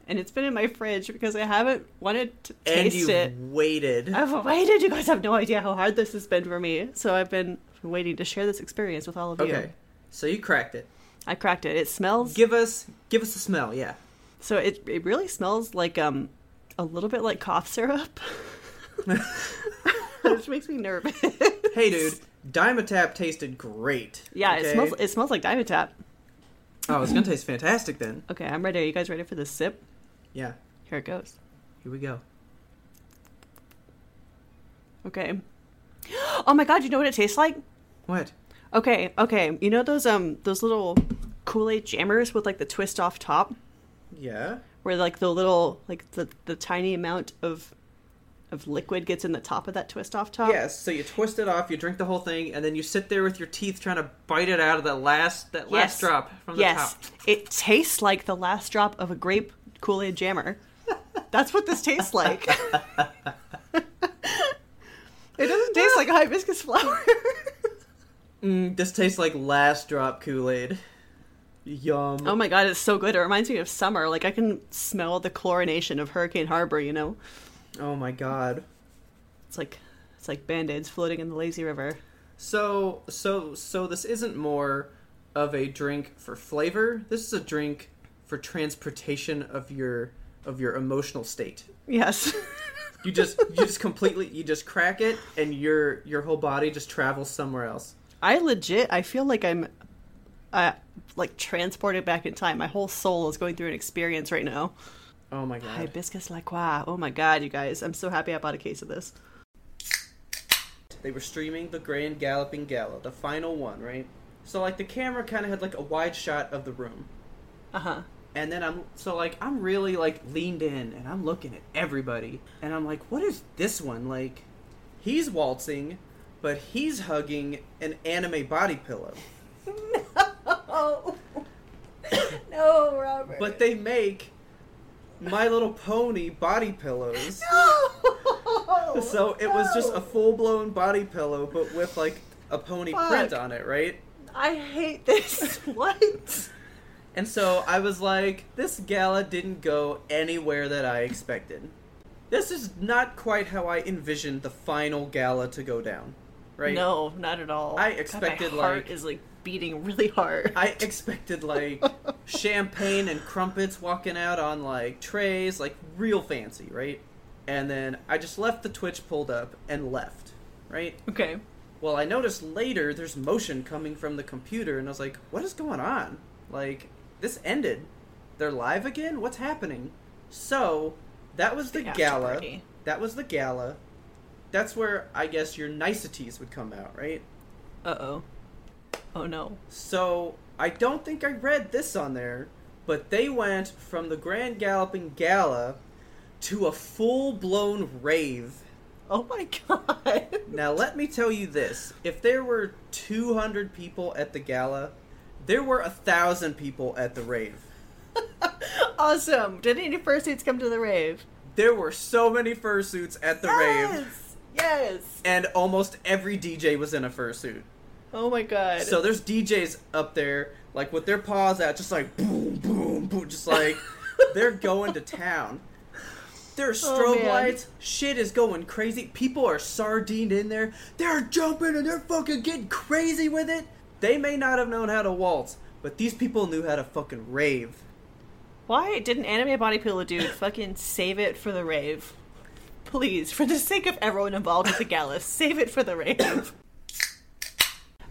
Speaker 1: and it's been in my fridge because I haven't wanted to
Speaker 2: And
Speaker 1: taste
Speaker 2: you
Speaker 1: it.
Speaker 2: waited.
Speaker 1: I've waited. You guys have no idea how hard this has been for me. So I've been waiting to share this experience with all of
Speaker 2: Okay.
Speaker 1: you.
Speaker 2: So you cracked it.
Speaker 1: I cracked it. It smells
Speaker 2: Give us give us a smell, yeah.
Speaker 1: so it it really smells like um a little bit like cough syrup, which makes me nervous.
Speaker 2: Hey dude, Dimetap tasted great.
Speaker 1: Yeah, it
Speaker 2: okay?
Speaker 1: smells it smells like Dimetap.
Speaker 2: Oh, it's gonna taste fantastic then.
Speaker 1: Okay, I'm ready. Are you guys ready for this sip?
Speaker 2: Yeah,
Speaker 1: Here it goes.
Speaker 2: here we go.
Speaker 1: Okay. Oh my god, you know what it tastes like?
Speaker 2: What?
Speaker 1: Okay, okay. You know those um those little Kool-Aid jammers with like the twist off top
Speaker 2: Yeah.
Speaker 1: where like the little like the the tiny amount of of liquid gets in the top of that twist off top?
Speaker 2: Yes. So you twist it off, you drink the whole thing, and then you sit there with your teeth trying to bite it out of that last that last
Speaker 1: Yes.
Speaker 2: drop from the
Speaker 1: yes.
Speaker 2: top.
Speaker 1: It tastes like the last drop of a grape Kool-Aid jammer. That's what this tastes like. it doesn't taste like hibiscus flower.
Speaker 2: Mm, this tastes like last drop Kool Aid. Yum.
Speaker 1: oh my god, it's so good. It reminds me of summer. Like I can smell the chlorination of Hurricane Harbor, you know?
Speaker 2: oh my god.
Speaker 1: It's like it's like band-aids floating in the lazy river.
Speaker 2: So so so this isn't more of a drink for flavor. This is a drink for transportation of your of your emotional state.
Speaker 1: Yes.
Speaker 2: You just you just completely you just crack it and your your whole body just travels somewhere else.
Speaker 1: I legit I feel like I'm uh like transported back in time. My whole soul is going through an experience right now.
Speaker 2: Oh my god.
Speaker 1: Hibiscus La Croix. Oh my god, you guys. I'm so happy I bought a case of this.
Speaker 2: They were streaming the Grand Galloping Gala, the final one, right? So like the camera kind of had like a wide shot of the room.
Speaker 1: Uh-huh.
Speaker 2: and then I'm so like I'm really like leaned in and I'm looking at everybody and I'm like, what is this one like? He's waltzing, but he's hugging an anime body pillow.
Speaker 4: Oh. no, Robert.
Speaker 2: But they make My Little Pony body pillows.
Speaker 4: no.
Speaker 2: So it was just a full blown body pillow, but with like a pony print
Speaker 1: Fuck.
Speaker 2: on it, right?
Speaker 1: I hate this. what?
Speaker 2: And so I was like, this gala didn't go anywhere that I expected. This is not quite how I envisioned the final gala to go down, right?
Speaker 1: No, not at all.
Speaker 2: I
Speaker 1: God,
Speaker 2: expected,
Speaker 1: my heart
Speaker 2: like-
Speaker 1: is like beating really hard.
Speaker 2: I expected like champagne and crumpets walking out on like trays, like real fancy, right? And then I just left the Twitch pulled up and left, right?
Speaker 1: okay.
Speaker 2: Well, I noticed later there's motion coming from the computer, and I was like, what is going on? Like, this ended. They're live again? What's happening? So, that was the,
Speaker 1: The after
Speaker 2: gala.
Speaker 1: party.
Speaker 2: That was the gala. That's where I guess your niceties would come out, right?
Speaker 1: Uh-oh. Oh no.
Speaker 2: So, I don't think I read this on there, but they went from the Grand Galloping Gala to a full blown rave.
Speaker 1: Oh my god.
Speaker 2: Now, let me tell you this. If there were 200 people at the gala, there were a thousand people at the rave.
Speaker 1: Awesome. Did any fursuits come to the rave?
Speaker 2: There were so many fursuits at the rave,
Speaker 1: Yes.
Speaker 2: and almost every DJ was in a fursuit.
Speaker 1: Oh my god.
Speaker 2: So there's DJs up there, like with their paws out, just like boom, boom, boom, just like they're going to town. There's
Speaker 1: Oh,
Speaker 2: strobe
Speaker 1: man.
Speaker 2: lights. Shit is going crazy. People are sardined in there. They're jumping and they're fucking getting crazy with it. They may not have known how to waltz, but these people knew how to fucking rave.
Speaker 1: Why didn't Anime Body Pillow dude fucking save it for the rave? Please, for the sake of everyone involved with the gala, save it for the rave.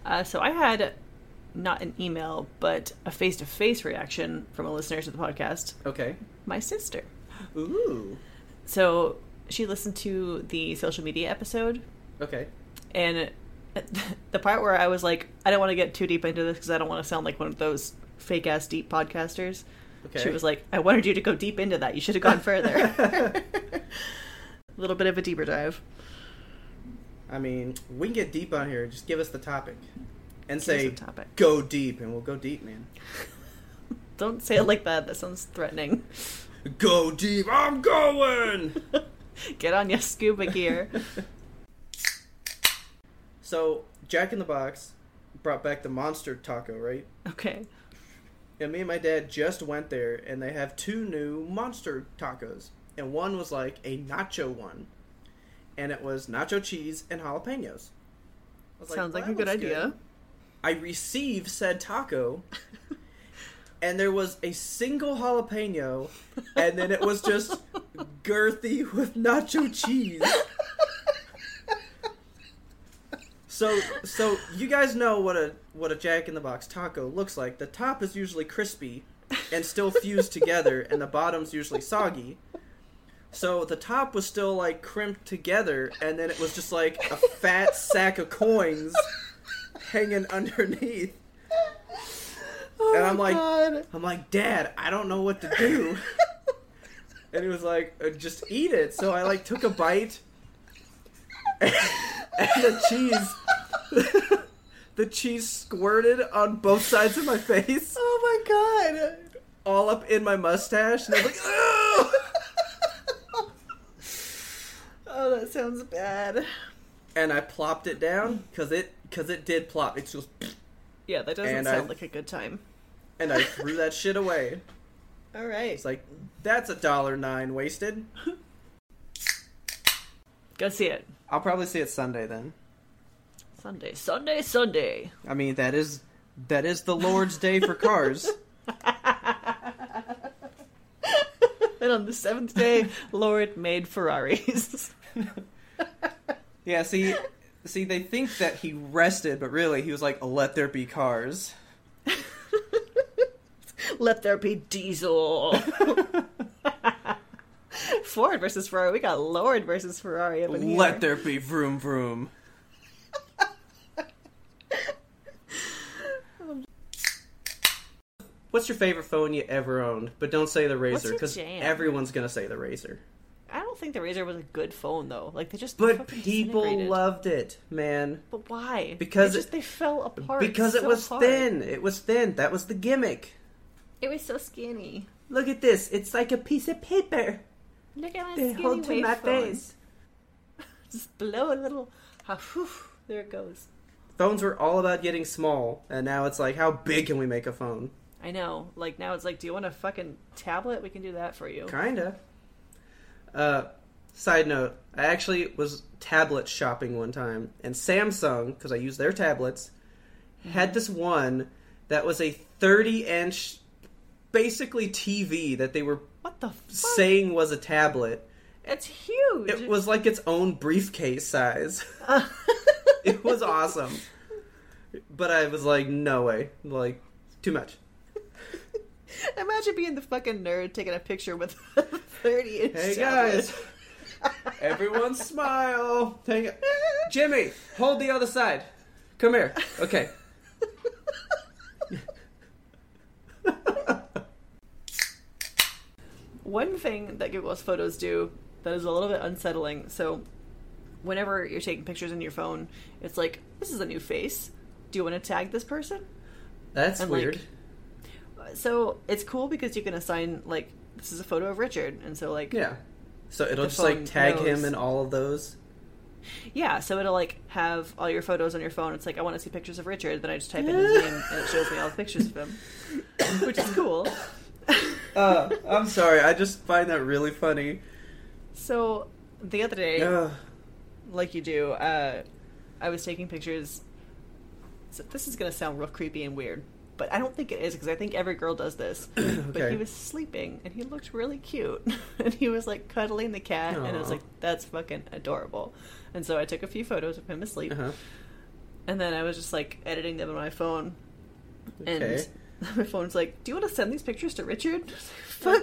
Speaker 1: uh, so I had not an email, but a face to face reaction from a listener to the podcast,
Speaker 2: Okay.
Speaker 1: my sister.
Speaker 2: Ooh.
Speaker 1: So she listened to the social media episode
Speaker 2: Okay.
Speaker 1: and the part where I was like, I don't want to get too deep into this because I don't want to sound like one of those fake ass deep podcasters.
Speaker 2: Okay.
Speaker 1: She was like, I wanted you to go deep into that. You should have gone further. a little bit of a deeper dive.
Speaker 2: I mean, we can get deep on here. Just give us the topic, and
Speaker 1: us
Speaker 2: say
Speaker 1: the topic.
Speaker 2: go deep, and we'll go deep, man.
Speaker 1: Don't say it like that. That sounds threatening.
Speaker 2: Go deep. I'm going.
Speaker 1: Get on your scuba gear.
Speaker 2: so Jack in the Box brought back the monster taco, right?
Speaker 1: okay.
Speaker 2: And me and my dad just went there, and they have two new monster tacos. And one was like a nacho one, and it was nacho cheese and jalapenos. I was
Speaker 1: sounds
Speaker 2: "Well,
Speaker 1: like
Speaker 2: that
Speaker 1: a good
Speaker 2: looks
Speaker 1: idea.
Speaker 2: I received said taco, and there was a single jalapeno, and then it was just girthy with nacho cheese. So so you guys know what a what a Jack in the Box taco looks like. The top is usually crispy and still fused together, and the bottom's usually soggy. So the top was still like crimped together, and then it was just like a fat sack of coins hanging underneath.
Speaker 1: Oh
Speaker 2: and I'm like, I'm like, Dad, I don't know what to do. and he was like, "Uh, just eat it. So I like took a bite, and the cheese, the cheese squirted on both sides of my face,
Speaker 5: Oh my god.
Speaker 2: all up in my mustache, and I was like, "Ugh!"
Speaker 1: Oh, that sounds bad.
Speaker 2: and I plopped it down because it because it did plop. It's just,
Speaker 1: Yeah, that doesn't
Speaker 2: And
Speaker 1: sound
Speaker 2: I-
Speaker 1: like a good time.
Speaker 2: and I threw that shit away.
Speaker 1: All right.
Speaker 2: It's like that's a dollar nine wasted.
Speaker 1: Go see it.
Speaker 2: I'll probably see it Sunday then.
Speaker 1: Sunday, Sunday, Sunday.
Speaker 2: I mean that is that is the Lord's day for cars.
Speaker 1: And on the seventh day, Lord made Ferraris.
Speaker 2: Yeah, see, see, they think that he rested, but really he was like, "Let there be cars."
Speaker 1: Let there be diesel. Ford versus Ferrari. We got Lord versus Ferrari up in here.
Speaker 2: Let there be vroom vroom. What's your favorite phone you ever owned? But don't say the Razor
Speaker 1: your
Speaker 2: because
Speaker 1: jam?
Speaker 2: everyone's gonna say the Razor.
Speaker 1: I don't think the Razor was a good phone though. Like they just
Speaker 2: But
Speaker 1: fucking
Speaker 2: people
Speaker 1: disintegrated.
Speaker 2: loved it, man,
Speaker 1: But why?
Speaker 2: Because
Speaker 1: they just
Speaker 2: it-
Speaker 1: they fell apart.
Speaker 2: because it
Speaker 1: so
Speaker 2: was
Speaker 1: hard.
Speaker 2: thin. It was thin. That was the gimmick.
Speaker 1: It was so skinny.
Speaker 2: Look at this. It's like a piece of paper.
Speaker 1: Look at my
Speaker 2: They
Speaker 1: skinny
Speaker 2: hold to my
Speaker 1: waveform.
Speaker 2: face.
Speaker 1: Just blow a little. Ah, whew, there it goes.
Speaker 2: Phones were all about getting small, and now it's like, how big can we make a phone?
Speaker 1: I know. Like now, it's like, do you want a fucking tablet? We can do that for you.
Speaker 2: Kinda. Uh, side note: I actually was tablet shopping one time, and Samsung, because I use their tablets, had this one that was a 30-inch, basically TV that they were
Speaker 1: What the fuck?
Speaker 2: saying was a tablet.
Speaker 1: It's huge.
Speaker 2: It was like its own briefcase size. it was awesome, but I was like, no way, like too much.
Speaker 3: Imagine being the fucking nerd taking a picture with a 30 inch.
Speaker 2: Hey guys, everyone smile. Hang on. Jimmy, hold the other side. Come here. Okay.
Speaker 1: One thing that Google's photos do that is a little bit unsettling. So, whenever you're taking pictures in your phone, it's like, this is a new face. Do you want to tag this person?
Speaker 2: That's
Speaker 1: And, like,
Speaker 2: weird.
Speaker 1: So it's cool because you can assign like, this is a photo of Richard, and so like,
Speaker 2: yeah. So it'll
Speaker 1: the
Speaker 2: just like
Speaker 1: phone
Speaker 2: tag
Speaker 1: knows.
Speaker 2: him in all of those.
Speaker 1: Yeah, so it'll like have all your photos on your phone. It's like I want to see pictures of Richard. Then I just type in his name and it shows me all the pictures of him, which is cool.
Speaker 2: Uh, I'm sorry. I just find that really funny. Uh,
Speaker 1: So the other day,
Speaker 2: Ugh.
Speaker 1: like you do, uh, I was taking pictures. So this is gonna sound real creepy and weird, but I don't think it is because I think every girl does this. But
Speaker 2: Okay.
Speaker 1: he was sleeping and he looked really cute, and he was like cuddling the cat, and I was
Speaker 2: Aw.
Speaker 1: like, "That's fucking adorable." And so I took a few photos of him asleep.
Speaker 2: Uh-huh.
Speaker 1: and then I was just like editing them on my phone, and
Speaker 2: Okay.
Speaker 1: my phone's like, "Do you want to send these pictures to Richard?" I was like,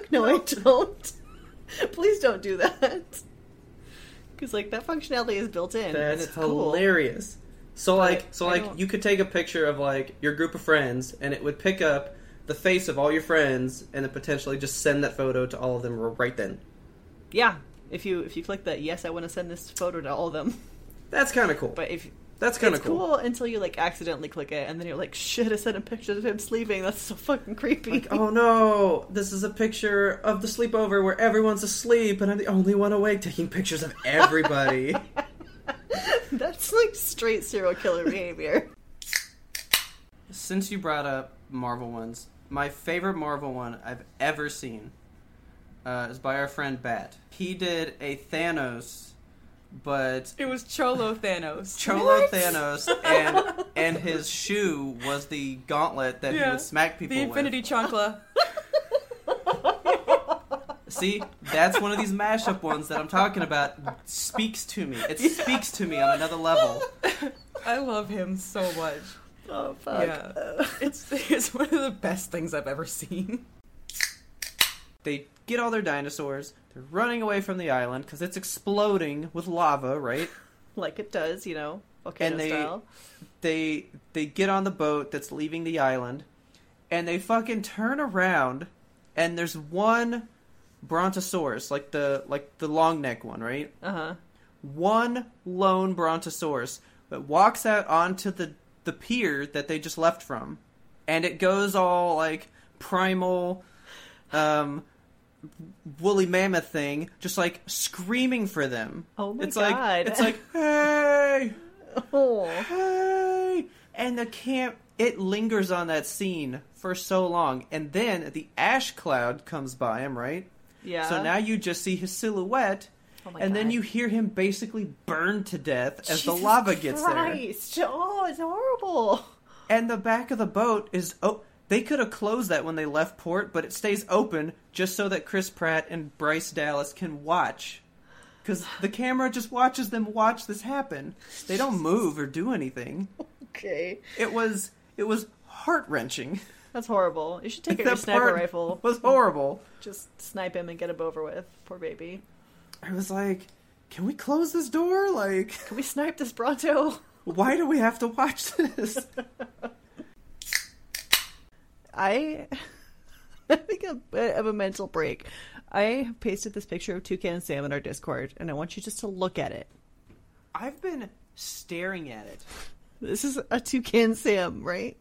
Speaker 1: Fuck no, I don't. Please don't do that, because like that functionality is built in and
Speaker 2: That's
Speaker 1: it's cool.
Speaker 2: hilarious. So like so
Speaker 1: I
Speaker 2: like
Speaker 1: don't-
Speaker 2: you could take a picture of like your group of friends and it would pick up the face of all your friends and then potentially just send that photo to all of them right then.
Speaker 1: Yeah, if you if you click that, yes, I want to send this photo to all of them.
Speaker 2: That's kind of cool.
Speaker 1: But if
Speaker 2: That's kind of
Speaker 1: it's cool. until you like accidentally click it, and then you're like, "Shit, I sent him pictures of him sleeping. That's so fucking creepy."
Speaker 2: Like, oh no, this is a picture of the sleepover where everyone's asleep and I'm the only one awake taking pictures of everybody.
Speaker 1: That's like straight serial killer behavior.
Speaker 2: Since you brought up Marvel ones, my favorite Marvel one I've ever seen uh, is by our friend Bat. He did a Thanos, but
Speaker 5: It was Cholo Thanos.
Speaker 2: Cholo Thanos and and his shoe was the gauntlet that he
Speaker 5: Yeah.
Speaker 2: would smack people
Speaker 5: the
Speaker 2: with.
Speaker 5: Infinity Chancla.
Speaker 2: See, that's one of these mashup ones that I'm talking about. Speaks to me. It speaks to me on another level.
Speaker 3: I love him so much.
Speaker 6: Oh fuck.
Speaker 3: Yeah. It's it's one of the best things I've ever seen.
Speaker 2: They get all their dinosaurs. They're running away from the island because it's exploding with lava, right?
Speaker 1: like it does, you know, volcano
Speaker 2: And they-
Speaker 1: style.
Speaker 2: They they get on the boat that's leaving the island, and they fucking turn around, and there's one brontosaurus, like the like the long neck one, right?
Speaker 1: Uh huh.
Speaker 2: One lone brontosaurus that walks out onto the the pier that they just left from, and it goes all like primal, um, woolly mammoth thing, just like screaming for them.
Speaker 1: Oh my
Speaker 2: it's
Speaker 1: God.
Speaker 2: Like, it's like hey,
Speaker 1: Oh,
Speaker 2: hey, and the camp. It lingers on that scene for so long, and then the ash cloud comes by him, right?
Speaker 1: yeah.
Speaker 2: So now you just see his silhouette,
Speaker 1: Oh my
Speaker 2: and then
Speaker 1: God.
Speaker 2: you hear him basically burn to death as the lava gets there.
Speaker 1: Christ. Oh, it's horrible.
Speaker 2: And the back of the boat is oh, they could have closed that when they left port, but it stays open just so that Chris Pratt and Bryce Dallas can watch. Because the camera just watches them watch this happen. They don't move or do anything.
Speaker 1: Okay,
Speaker 2: It was it was heart wrenching.
Speaker 1: that's horrible. You should take out your sniper rifle.
Speaker 2: was horrible.
Speaker 1: Just snipe him and get him over with. Poor baby.
Speaker 2: I was like, can we close this door? Like.
Speaker 1: Can we snipe this Bronto?
Speaker 2: Why do we have to watch this?
Speaker 1: I I think I'm- I have a mental break. I pasted this picture of Toucan Sam in our Discord, and I want you just to look at it.
Speaker 2: I've been staring at it.
Speaker 1: This is a Toucan Sam, right?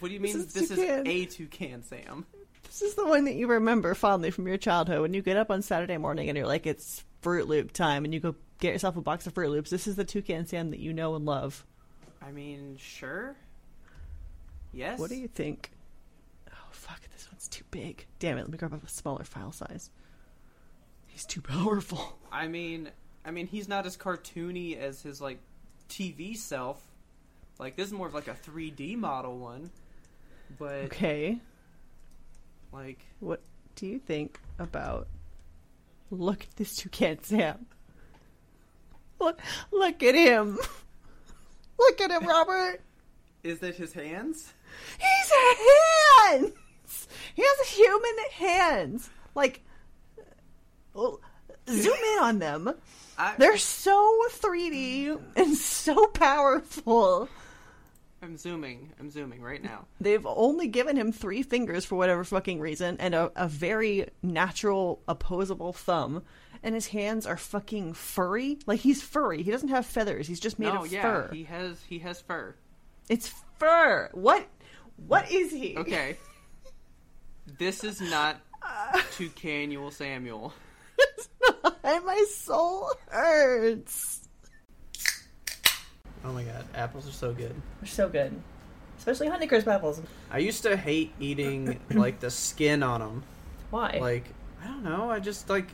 Speaker 2: What do you mean
Speaker 1: This is
Speaker 2: this, is
Speaker 1: toucan.
Speaker 2: a toucan, Sam?
Speaker 1: This is the one that you remember fondly from your childhood. When you get up on Saturday morning and you're like, it's Fruit Loop time, and you go get yourself a box of Fruit Loops. This is the Toucan Sam that you know and love.
Speaker 2: I mean, sure. Yes.
Speaker 1: What do you think? Oh, fuck, this one's too big. Damn it, let me grab a smaller file size. He's too powerful.
Speaker 2: I mean, I mean, he's not as cartoony as his like TV self. Like this is more of like a 3D model one. But
Speaker 1: Okay.
Speaker 2: like,
Speaker 1: What do you think about look at this toucan Sam? Look look at him. Look at him, Robert.
Speaker 2: is that his hands?
Speaker 1: He's hands. He has human hands. Like well, zoom in on them.
Speaker 2: I,
Speaker 1: They're so 3D and so powerful.
Speaker 2: I'm zooming. I'm zooming right now.
Speaker 1: They've only given him three fingers for whatever fucking reason and a, a very natural opposable thumb. And his hands are fucking furry. Like he's furry. He doesn't have feathers. He's just made
Speaker 2: no,
Speaker 1: of
Speaker 2: Oh, yeah,
Speaker 1: fur.
Speaker 2: he has he has fur.
Speaker 1: It's fur. What? What is he?
Speaker 2: Okay. this is not toucanual Samuel.
Speaker 1: And my soul hurts.
Speaker 2: Oh my god, apples are so good.
Speaker 6: They're so good. Especially honey crisp apples.
Speaker 2: I used to hate eating like the skin on them.
Speaker 6: Why?
Speaker 2: Like I don't know, I just like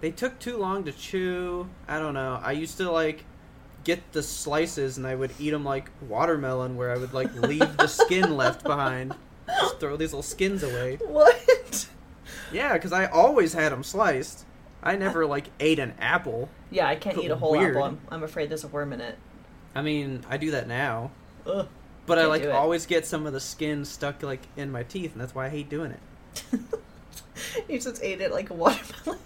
Speaker 2: they took too long to chew. I don't know. I used to like get the slices and I would eat them like watermelon where I would like leave the skin left behind. Just throw these little skins away.
Speaker 6: what?
Speaker 2: Yeah, cuz I always had them sliced. I never like ate an apple.
Speaker 6: Yeah, I can't
Speaker 2: But
Speaker 6: eat a whole
Speaker 2: weird.
Speaker 6: apple. I'm, I'm afraid there's a worm in it.
Speaker 2: I mean, I do that now.
Speaker 6: Ugh.
Speaker 2: But I
Speaker 6: Can't
Speaker 2: like
Speaker 6: do it.
Speaker 2: always get some of the skin stuck like in my teeth, and that's why I hate doing it.
Speaker 6: You just ate it like a watermelon.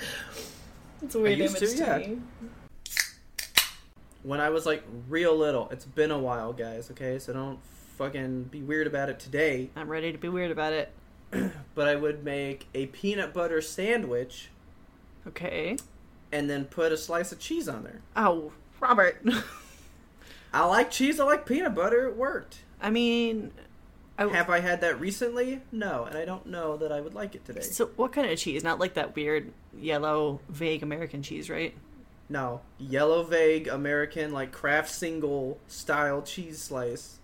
Speaker 6: it's a weird
Speaker 2: used
Speaker 6: image
Speaker 2: to,
Speaker 6: to,
Speaker 2: yeah.
Speaker 6: me.
Speaker 2: When I was like real little, it's been a while, guys. Okay, so don't fucking be weird about it today.
Speaker 1: I'm ready to be weird about it.
Speaker 2: But I would make a peanut butter sandwich
Speaker 1: Okay.
Speaker 2: and then put a slice of cheese on there.
Speaker 1: Oh, Robert.
Speaker 2: I like cheese. I like peanut butter. It worked.
Speaker 1: I mean,
Speaker 6: Oh.
Speaker 1: I-
Speaker 2: Have I had that recently? No, and I don't know that I would like it today.
Speaker 1: so what kind of cheese? Not like that weird yellow, vague American cheese, right?
Speaker 2: No, yellow vague American like craft single style cheese slice.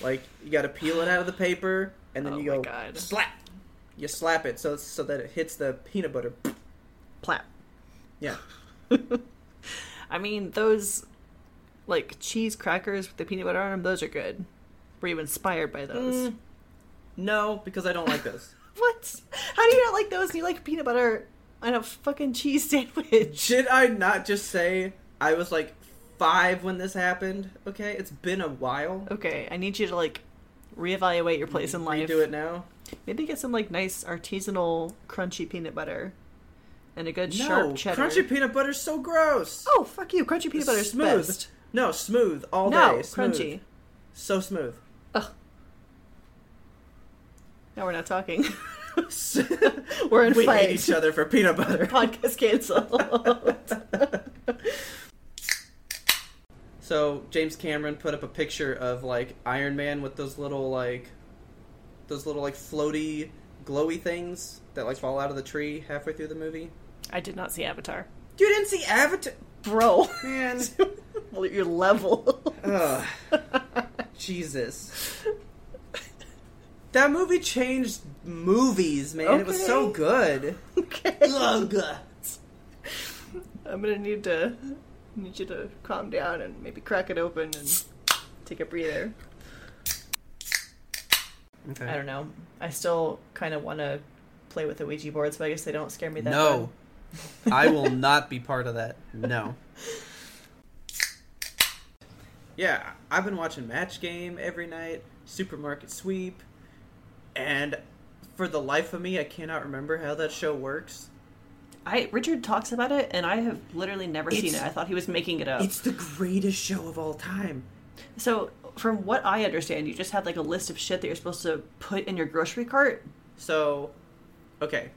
Speaker 2: Like you got to peel it out of the paper, and then
Speaker 1: Oh
Speaker 2: you
Speaker 1: my
Speaker 2: go
Speaker 1: God.
Speaker 2: slap. You slap it so so that it hits the peanut butter.
Speaker 1: Plap.
Speaker 2: Yeah,
Speaker 1: I mean, those like cheese crackers with the peanut butter on them, those are good. Were you inspired by those?
Speaker 2: Mm. no, because I don't like those.
Speaker 1: What? How do you not like those? and You like peanut butter on a fucking cheese sandwich?
Speaker 2: Did I not just say I was like five when this happened. Okay, it's been a while.
Speaker 1: Okay, I need you to like reevaluate your place in life.
Speaker 2: Do it now.
Speaker 1: Maybe get some like nice artisanal crunchy peanut butter and a good
Speaker 2: no,
Speaker 1: sharp cheddar.
Speaker 2: crunchy peanut butter's so gross.
Speaker 1: Oh fuck you! Crunchy peanut butter's
Speaker 2: smooth.
Speaker 1: best.
Speaker 2: No, smooth all
Speaker 1: no,
Speaker 2: day. Smooth.
Speaker 1: crunchy.
Speaker 2: So smooth.
Speaker 1: Ugh. Now we're not talking.
Speaker 2: We're
Speaker 1: in
Speaker 2: we
Speaker 1: fight.
Speaker 2: hate each other for peanut butter.
Speaker 1: Podcast canceled.
Speaker 2: So James Cameron put up a picture of like Iron Man with those little like those little like floaty glowy things that like fall out of the tree halfway through the movie.
Speaker 1: I did not see Avatar,
Speaker 2: You didn't see Avatar,
Speaker 1: bro.
Speaker 2: man.
Speaker 1: your level.
Speaker 2: Ugh. Jesus. That movie changed movies, man. It was so
Speaker 1: Okay.
Speaker 2: good.
Speaker 1: okay.
Speaker 2: Ugh.
Speaker 1: I'm gonna need to need you to calm down and maybe crack it open and take a breather.
Speaker 2: Okay.
Speaker 1: I don't know. I still kind of want to play with the Ouija boards, but I guess they don't scare me that
Speaker 2: no.
Speaker 1: bad.
Speaker 2: I will not be part of that. No. Yeah, I've been watching Match Game every night, Supermarket Sweep, and for the life of me, I cannot remember how that show works.
Speaker 1: I Richard talks about it, and I have literally never seen
Speaker 2: It's-
Speaker 1: it. I thought he was making it up.
Speaker 2: It's the greatest show of all time.
Speaker 1: So, from what I understand, you just have like a list of shit that you're supposed to put in your grocery cart.
Speaker 2: So, okay.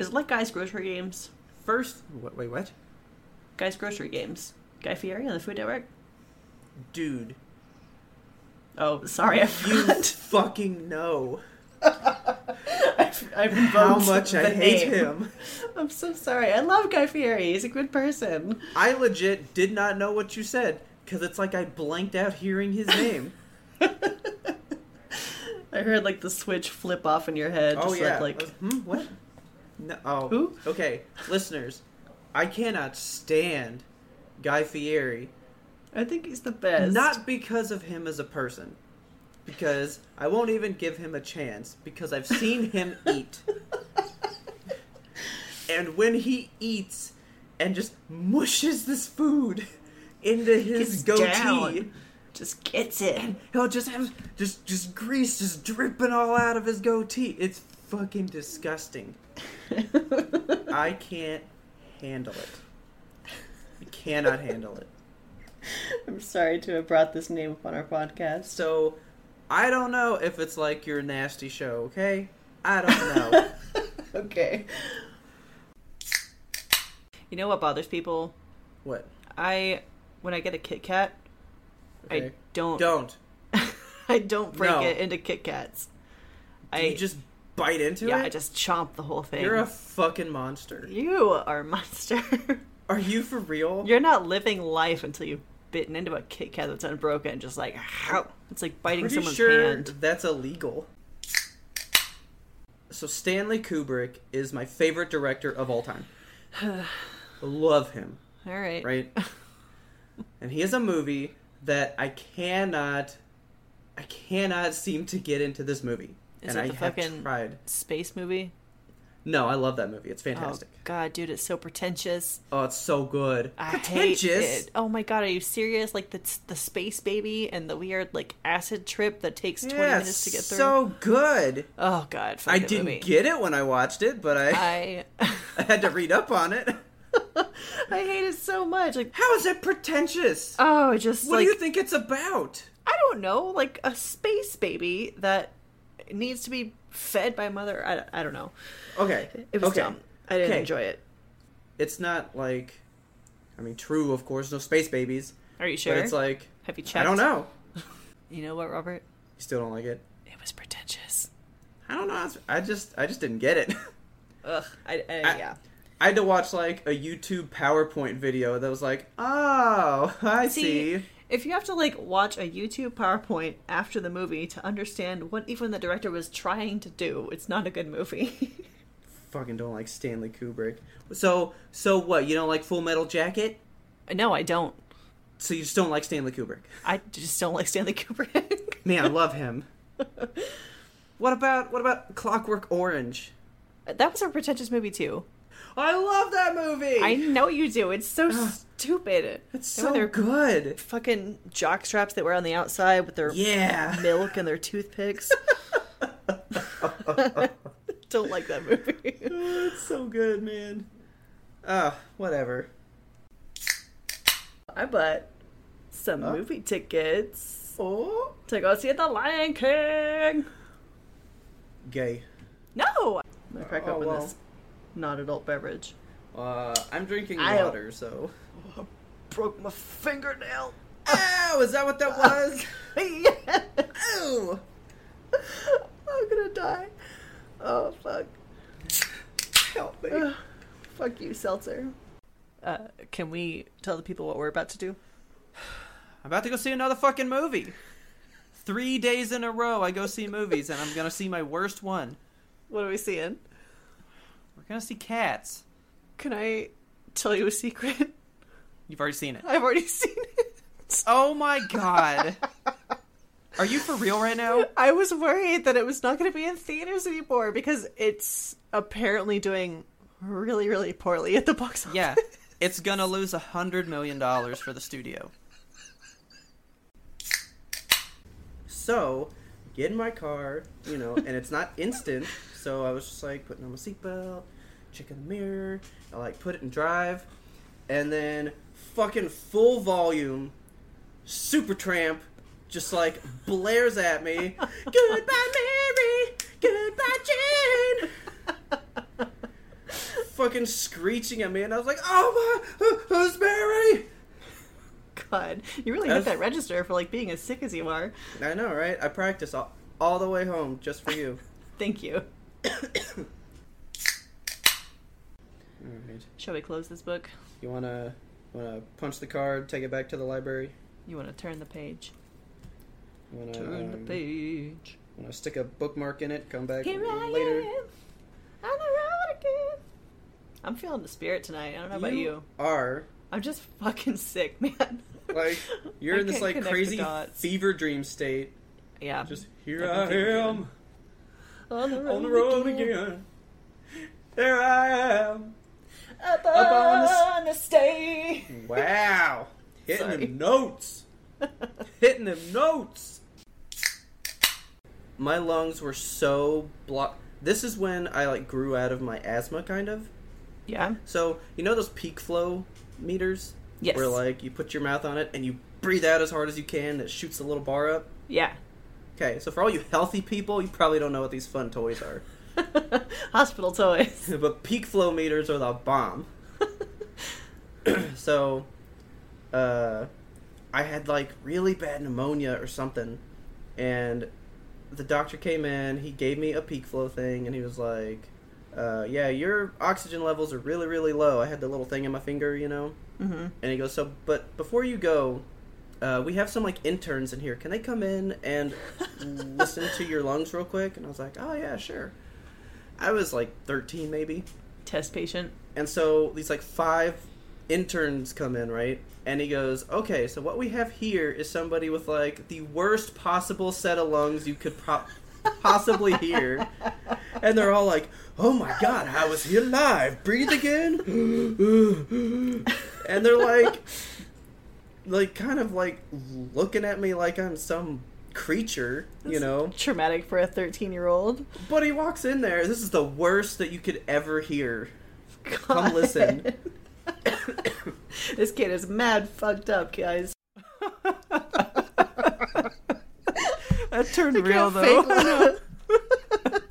Speaker 1: Is it like Guy's Grocery Games?
Speaker 2: First, wha- wait, what?
Speaker 1: Guy's Grocery Games. Guy Fieri on the Food Network.
Speaker 2: Dude,
Speaker 1: Oh, sorry, I
Speaker 2: you
Speaker 1: forgot.
Speaker 2: fucking know
Speaker 1: I've, I've
Speaker 2: how
Speaker 1: invoked
Speaker 2: much I
Speaker 1: the
Speaker 2: hate
Speaker 1: name.
Speaker 2: him.
Speaker 1: I'm so sorry. I love Guy Fieri. He's a good person.
Speaker 2: I legit did not know what you said because it's like I blanked out hearing his name.
Speaker 1: I heard like the switch flip off in your head. Just
Speaker 2: Oh yeah.
Speaker 1: Like,
Speaker 2: Uh, hmm, what? No. Oh.
Speaker 1: Who?
Speaker 2: Okay, listeners, I cannot stand Guy Fieri.
Speaker 1: I think he's the best.
Speaker 2: Not because of him as a person, because I won't even give him a chance because I've seen him eat. and when he eats and just mushes this food into his
Speaker 1: Gets
Speaker 2: goatee,
Speaker 1: down. just gets it.
Speaker 2: he'll just have just just grease just dripping all out of his goatee. It's fucking disgusting. I can't handle it. I cannot handle it.
Speaker 1: I'm sorry to have brought this name up on our podcast.
Speaker 2: So I don't know if it's like your nasty show, okay? I don't know.
Speaker 1: okay. You know what bothers people?
Speaker 2: what?
Speaker 1: I when I get a Kit Kat, I
Speaker 2: Okay.
Speaker 1: don't,
Speaker 2: Don't.
Speaker 1: I don't break
Speaker 2: No.
Speaker 1: it into Kit Kats. I
Speaker 2: you just bite into
Speaker 1: yeah,
Speaker 2: it?
Speaker 1: I just chomp the whole thing.
Speaker 2: You're a fucking monster.
Speaker 1: You are a monster.
Speaker 2: Are you for real?
Speaker 1: You're not living life until you've bitten into a Kit Kat that's unbroken, just like how it's like biting
Speaker 2: Pretty
Speaker 1: someone's
Speaker 2: sure
Speaker 1: hand.
Speaker 2: that's illegal. So Stanley Kubrick is my favorite director of all time. Love him,
Speaker 1: All right.
Speaker 2: right? and he has a movie that I cannot, I cannot seem to get into this movie.
Speaker 1: Is
Speaker 2: and
Speaker 1: it
Speaker 2: I
Speaker 1: the
Speaker 2: have
Speaker 1: fucking-
Speaker 2: tried.
Speaker 1: Space movie.
Speaker 2: No, I love that movie. It's fantastic.
Speaker 1: Oh god, dude, it's so pretentious.
Speaker 2: Oh, it's so good.
Speaker 1: I
Speaker 2: Pretentious.
Speaker 1: Hate it. Oh my god, are you serious? Like the the space baby and the weird like acid trip that takes twenty
Speaker 2: Yeah,
Speaker 1: minutes to get through.
Speaker 2: so good.
Speaker 1: oh god, fuck
Speaker 2: I
Speaker 1: that
Speaker 2: didn't
Speaker 1: movie.
Speaker 2: get it when I watched it, but I,
Speaker 1: I
Speaker 2: I had to read up on it.
Speaker 1: I hate it so much. Like
Speaker 2: How is that pretentious?
Speaker 1: oh, just
Speaker 2: What
Speaker 1: like
Speaker 2: do you think it's about?
Speaker 1: I don't know, like a space baby that needs to be fed by mother. I, I don't know.
Speaker 2: Okay.
Speaker 1: It was
Speaker 2: okay.
Speaker 1: dumb. I didn't
Speaker 2: Okay.
Speaker 1: enjoy it.
Speaker 2: It's not like I mean true of course, no space babies.
Speaker 1: Are you sure?
Speaker 2: But it's like
Speaker 1: Have you
Speaker 2: I
Speaker 1: checked?
Speaker 2: don't know.
Speaker 1: You know what, Robert?
Speaker 2: You still don't like it?
Speaker 1: It was pretentious.
Speaker 2: I don't know. I just I just didn't get it.
Speaker 1: Ugh. I, I,
Speaker 2: I-
Speaker 1: yeah.
Speaker 2: I had to watch like a YouTube PowerPoint video that was like, "Oh, I see."
Speaker 1: See, if you have to like watch a YouTube PowerPoint after the movie to understand what even the director was trying to do, it's not a good movie.
Speaker 2: Fucking don't like Stanley Kubrick. So, so what? You don't like Full Metal Jacket?
Speaker 1: no, I don't.
Speaker 2: So you just don't like Stanley Kubrick?
Speaker 1: I just don't like Stanley Kubrick.
Speaker 2: Man, I love him. what about what about Clockwork Orange?
Speaker 1: that was a pretentious movie too.
Speaker 2: I love that movie.
Speaker 1: I know you do. It's so
Speaker 7: stupid.
Speaker 2: It's
Speaker 7: And when
Speaker 2: so
Speaker 7: they're
Speaker 2: good.
Speaker 1: Fucking jock straps that wear on the outside with their
Speaker 2: Yeah.
Speaker 1: milk and their toothpicks. Don't like that movie.
Speaker 2: It's so good, man. Ah, whatever.
Speaker 7: I bought some
Speaker 2: Huh?
Speaker 7: movie tickets
Speaker 2: Oh,
Speaker 7: to go see The Lion King.
Speaker 2: gay.
Speaker 7: No, I'm gonna crack
Speaker 2: Oh,
Speaker 7: open
Speaker 2: well.
Speaker 7: this non-adult beverage.
Speaker 2: Uh, I'm drinking
Speaker 7: I-
Speaker 2: water, so.
Speaker 1: Broke my fingernail.
Speaker 2: Ow! Is that what that was?
Speaker 7: yeah,
Speaker 2: Ow!
Speaker 7: I'm gonna die. Oh fuck!
Speaker 2: Help me.
Speaker 7: Ugh. Fuck you, seltzer.
Speaker 1: Uh, can we tell the people what we're about to do?
Speaker 2: I'm about to go see another fucking movie. Three days in a row, I go see movies, and I'm gonna see my worst one.
Speaker 1: What are we seeing?
Speaker 2: We're gonna see Cats.
Speaker 1: Can I tell you a secret?
Speaker 2: You've already seen it.
Speaker 1: I've already seen it.
Speaker 2: Oh my god. Are you for real right now?
Speaker 1: I was worried that it was not going to be in theaters anymore because it's apparently doing really, really poorly at the box office.
Speaker 2: Yeah. It's gonna lose a hundred million dollars for the studio. So, get in my car, you know, and it's not instant, so I was just like putting on my seatbelt, checking the mirror, I like put it in drive, and then fucking full volume, super tramp, just like blares at me. Goodbye, Mary! Goodbye, Jane! fucking screeching at me, and I was like, "Oh my, who- who's Mary?"
Speaker 1: God, you really
Speaker 2: That's-
Speaker 1: hit that register for like being as sick as you are.
Speaker 2: I know, right? I practice all, all the way home just for you.
Speaker 1: Thank you.
Speaker 2: all right,
Speaker 1: Shall we close this book?
Speaker 2: you wanna wanna punch the card, take it back to the library.
Speaker 1: You want to turn the page?
Speaker 2: You wanna,
Speaker 1: Turn the
Speaker 2: um,
Speaker 1: page.
Speaker 2: wanna stick a bookmark in it, come back
Speaker 1: Here I
Speaker 2: later.
Speaker 1: am on the road again. I'm feeling the spirit tonight. I don't know about you.
Speaker 2: are
Speaker 1: I'm just fucking sick, man.
Speaker 2: like you're
Speaker 1: I
Speaker 2: in this
Speaker 1: can't
Speaker 2: like
Speaker 1: connect the
Speaker 2: crazy
Speaker 1: dots.
Speaker 2: fever dream state.
Speaker 1: Yeah.
Speaker 2: Just here
Speaker 1: Like, I
Speaker 2: I
Speaker 1: think we're
Speaker 2: am
Speaker 1: on the road,
Speaker 2: on the road again. There I am.
Speaker 1: Up
Speaker 2: on the s-
Speaker 1: on the stage.
Speaker 2: Wow, hitting
Speaker 1: Sorry.
Speaker 2: them notes. hitting them notes. My lungs were so blocked. This is when I like grew out of my asthma, kind of.
Speaker 1: yeah.
Speaker 2: So you know those peak flow meters,
Speaker 1: Yes.
Speaker 2: where like you put your mouth on it and you breathe out as hard as you can, and it shoots a little bar up.
Speaker 1: Yeah.
Speaker 2: Okay, so for all you healthy people, you probably don't know what these fun toys are,
Speaker 1: Hospital toys.
Speaker 2: but peak flow meters are the bomb. so uh i had like really bad pneumonia or something and the doctor came in he gave me a peak flow thing and he was like uh yeah your oxygen levels are really really low i had the little thing in my finger you know
Speaker 1: mm-hmm.
Speaker 2: and he goes so but before you go uh, we have some like interns in here. Can they come in and listen to your lungs real quick? And I was like, oh yeah, sure. I was like 13 maybe.
Speaker 1: Test patient.
Speaker 2: And so these like five interns come in, right? And he goes, "Okay, so what we have here is somebody with like the worst possible set of lungs you could pro- possibly hear." And they're all like, "Oh my god, how is he alive? Breathe again?" and they're like like kind of like looking at me like I'm some creature, you know.
Speaker 1: Traumatic for a 13 year old.
Speaker 2: But he walks in there. This is the worst that you could ever hear. Come listen.
Speaker 1: this kid is mad fucked up, guys.
Speaker 8: That turned
Speaker 1: I
Speaker 8: real
Speaker 1: can't
Speaker 8: though.
Speaker 1: fake it.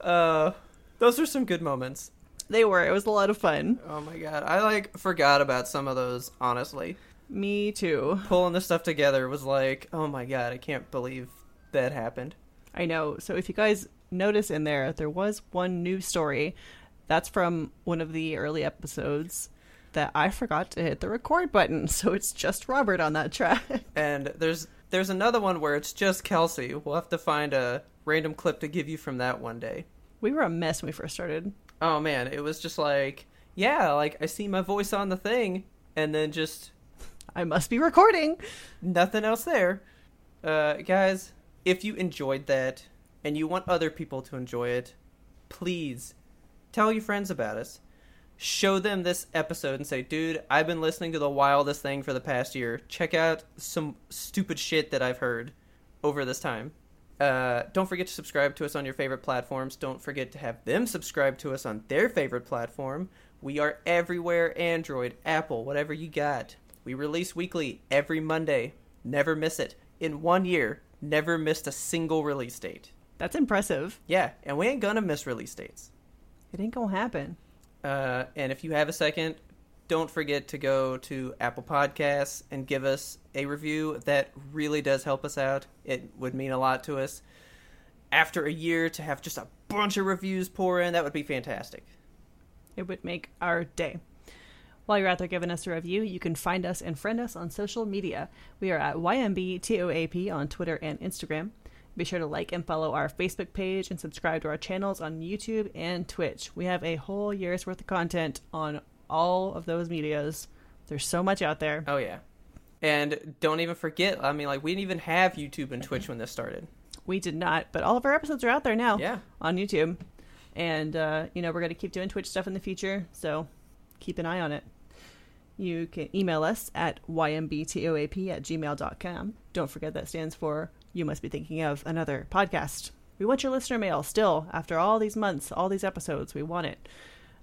Speaker 8: Uh, those were some good moments.
Speaker 1: they were. It was a lot of fun.
Speaker 8: Oh my god, I like forgot about some of those. Honestly,
Speaker 1: Me too.
Speaker 8: pulling this stuff together was like, oh my god, I can't believe that happened.
Speaker 1: I know. So if you guys notice in there, there was one new story. That's from one of the early episodes that I forgot to hit the record button. So it's just Robert on that track.
Speaker 8: And there's there's another one where it's just Kelsey. We'll have to find a random clip to give you from that one day.
Speaker 1: We were a mess when we first started.
Speaker 8: Oh man, it was just like, yeah, like I see my voice on the thing, and then just
Speaker 1: I must be recording.
Speaker 8: nothing else there. Uh, guys, if you enjoyed that and you want other people to enjoy it, please tell your friends about us.
Speaker 2: show them this episode and say, dude, I've been listening to the wildest thing for the past year. Check out some stupid shit that I've heard over this time. Uh, don't forget to subscribe to us on your favorite platforms. Don't forget to have them subscribe to us on their favorite platform. We are everywhere Android, Apple, whatever you got. We release weekly every Monday. Never miss it. In one year, never missed a single release date.
Speaker 1: That's impressive.
Speaker 2: Yeah, and we ain't gonna miss release dates.
Speaker 1: It ain't gonna happen.
Speaker 2: Uh, and if you have a second, don't forget to go to Apple Podcasts and give us a review. That really does help us out. It would mean a lot to us. After a year, to have just a bunch of reviews pour in, that would be fantastic.
Speaker 1: It would make our day. While you're out there giving us a review, you can find us and friend us on social media. We are at YMBTOAP on Twitter and Instagram. Be sure to like and follow our Facebook page and subscribe to our channels on YouTube and Twitch. We have a whole year's worth of content on all of those medias. There's so much out there.
Speaker 2: Oh, yeah. And don't even forget, I mean, like, we didn't even have YouTube and Twitch when this started.
Speaker 1: We did not, but all of our episodes are out there now
Speaker 2: Yeah.
Speaker 1: on YouTube. And, uh, you know, we're going to keep doing Twitch stuff in the future, so keep an eye on it. You can email us at ymbtoap at gmail.com. Don't forget that stands for You Must Be Thinking of Another Podcast. We want your listener mail still after all these months, all these episodes. We want it.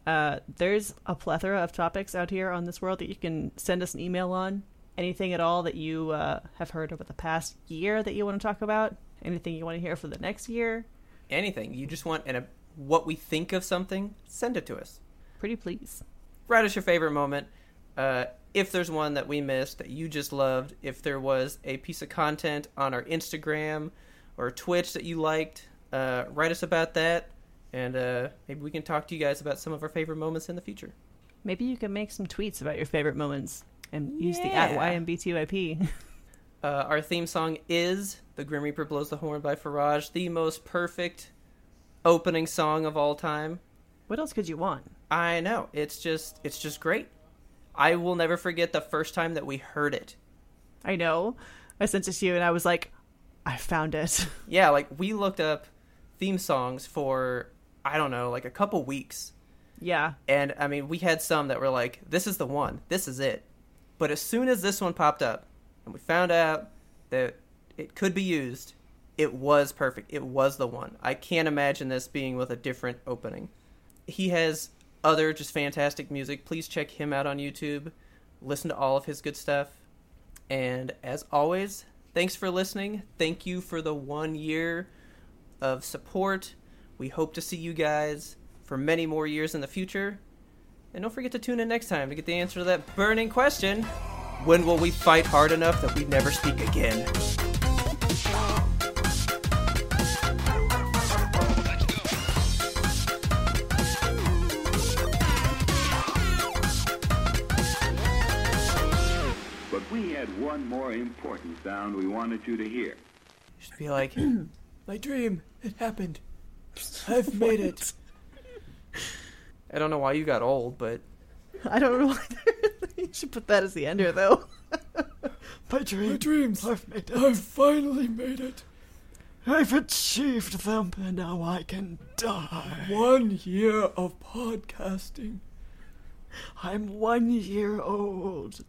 Speaker 1: Uh, there's a plethora of topics out here on this world that you can send us an email on. Anything at all that you uh, have heard over the past year that you want to talk about, anything you want to hear for the next year,
Speaker 2: Anything. You just want an, a, what we think of something, send it to us.
Speaker 1: pretty please.
Speaker 2: write us your favorite moment. Uh, if there's one that we missed that you just loved, if there was a piece of content on our Instagram or Twitch that you liked, uh, write us about that, and uh, maybe we can talk to you guys about some of our favorite moments in the future.
Speaker 1: Maybe you can make some tweets about your favorite moments and use the at
Speaker 2: Yeah.
Speaker 1: YMBTUIP.
Speaker 2: Uh, our theme song is "The Grim Reaper Blows the Horn" by Farage, the most perfect opening song of all time.
Speaker 1: what else could you want?
Speaker 2: I know. It's just it's just great. I will never forget the first time that we heard it.
Speaker 1: I know. I sent it to you and I was like, I found it.
Speaker 2: yeah, like we looked up theme songs for I don't know, like a couple weeks.
Speaker 1: yeah.
Speaker 2: And I mean, we had some that were like, this is the one. This is it. But as soon as this one popped up and we found out that it could be used, it was perfect. It was the one. I can't imagine this being with a different opening. He has other just fantastic music. Please check him out on YouTube. Listen to all of his good stuff. And as always, thanks for listening. Thank you for the one year of support. We hope to see you guys for many more years in the future. And don't forget to tune in next time to get the answer to that burning question When will we fight hard enough that we never speak again?
Speaker 9: But we had one more important sound we wanted you to hear.
Speaker 2: Just be like,
Speaker 10: My dream, it happened. I've made it.
Speaker 2: I don't know why you got old, but
Speaker 1: I don't know why you should put that as the ender though.
Speaker 10: My dreams, My dreams, I've made it. I've finally made it. I've achieved them, and now I can die. One year of podcasting. I'm one year old.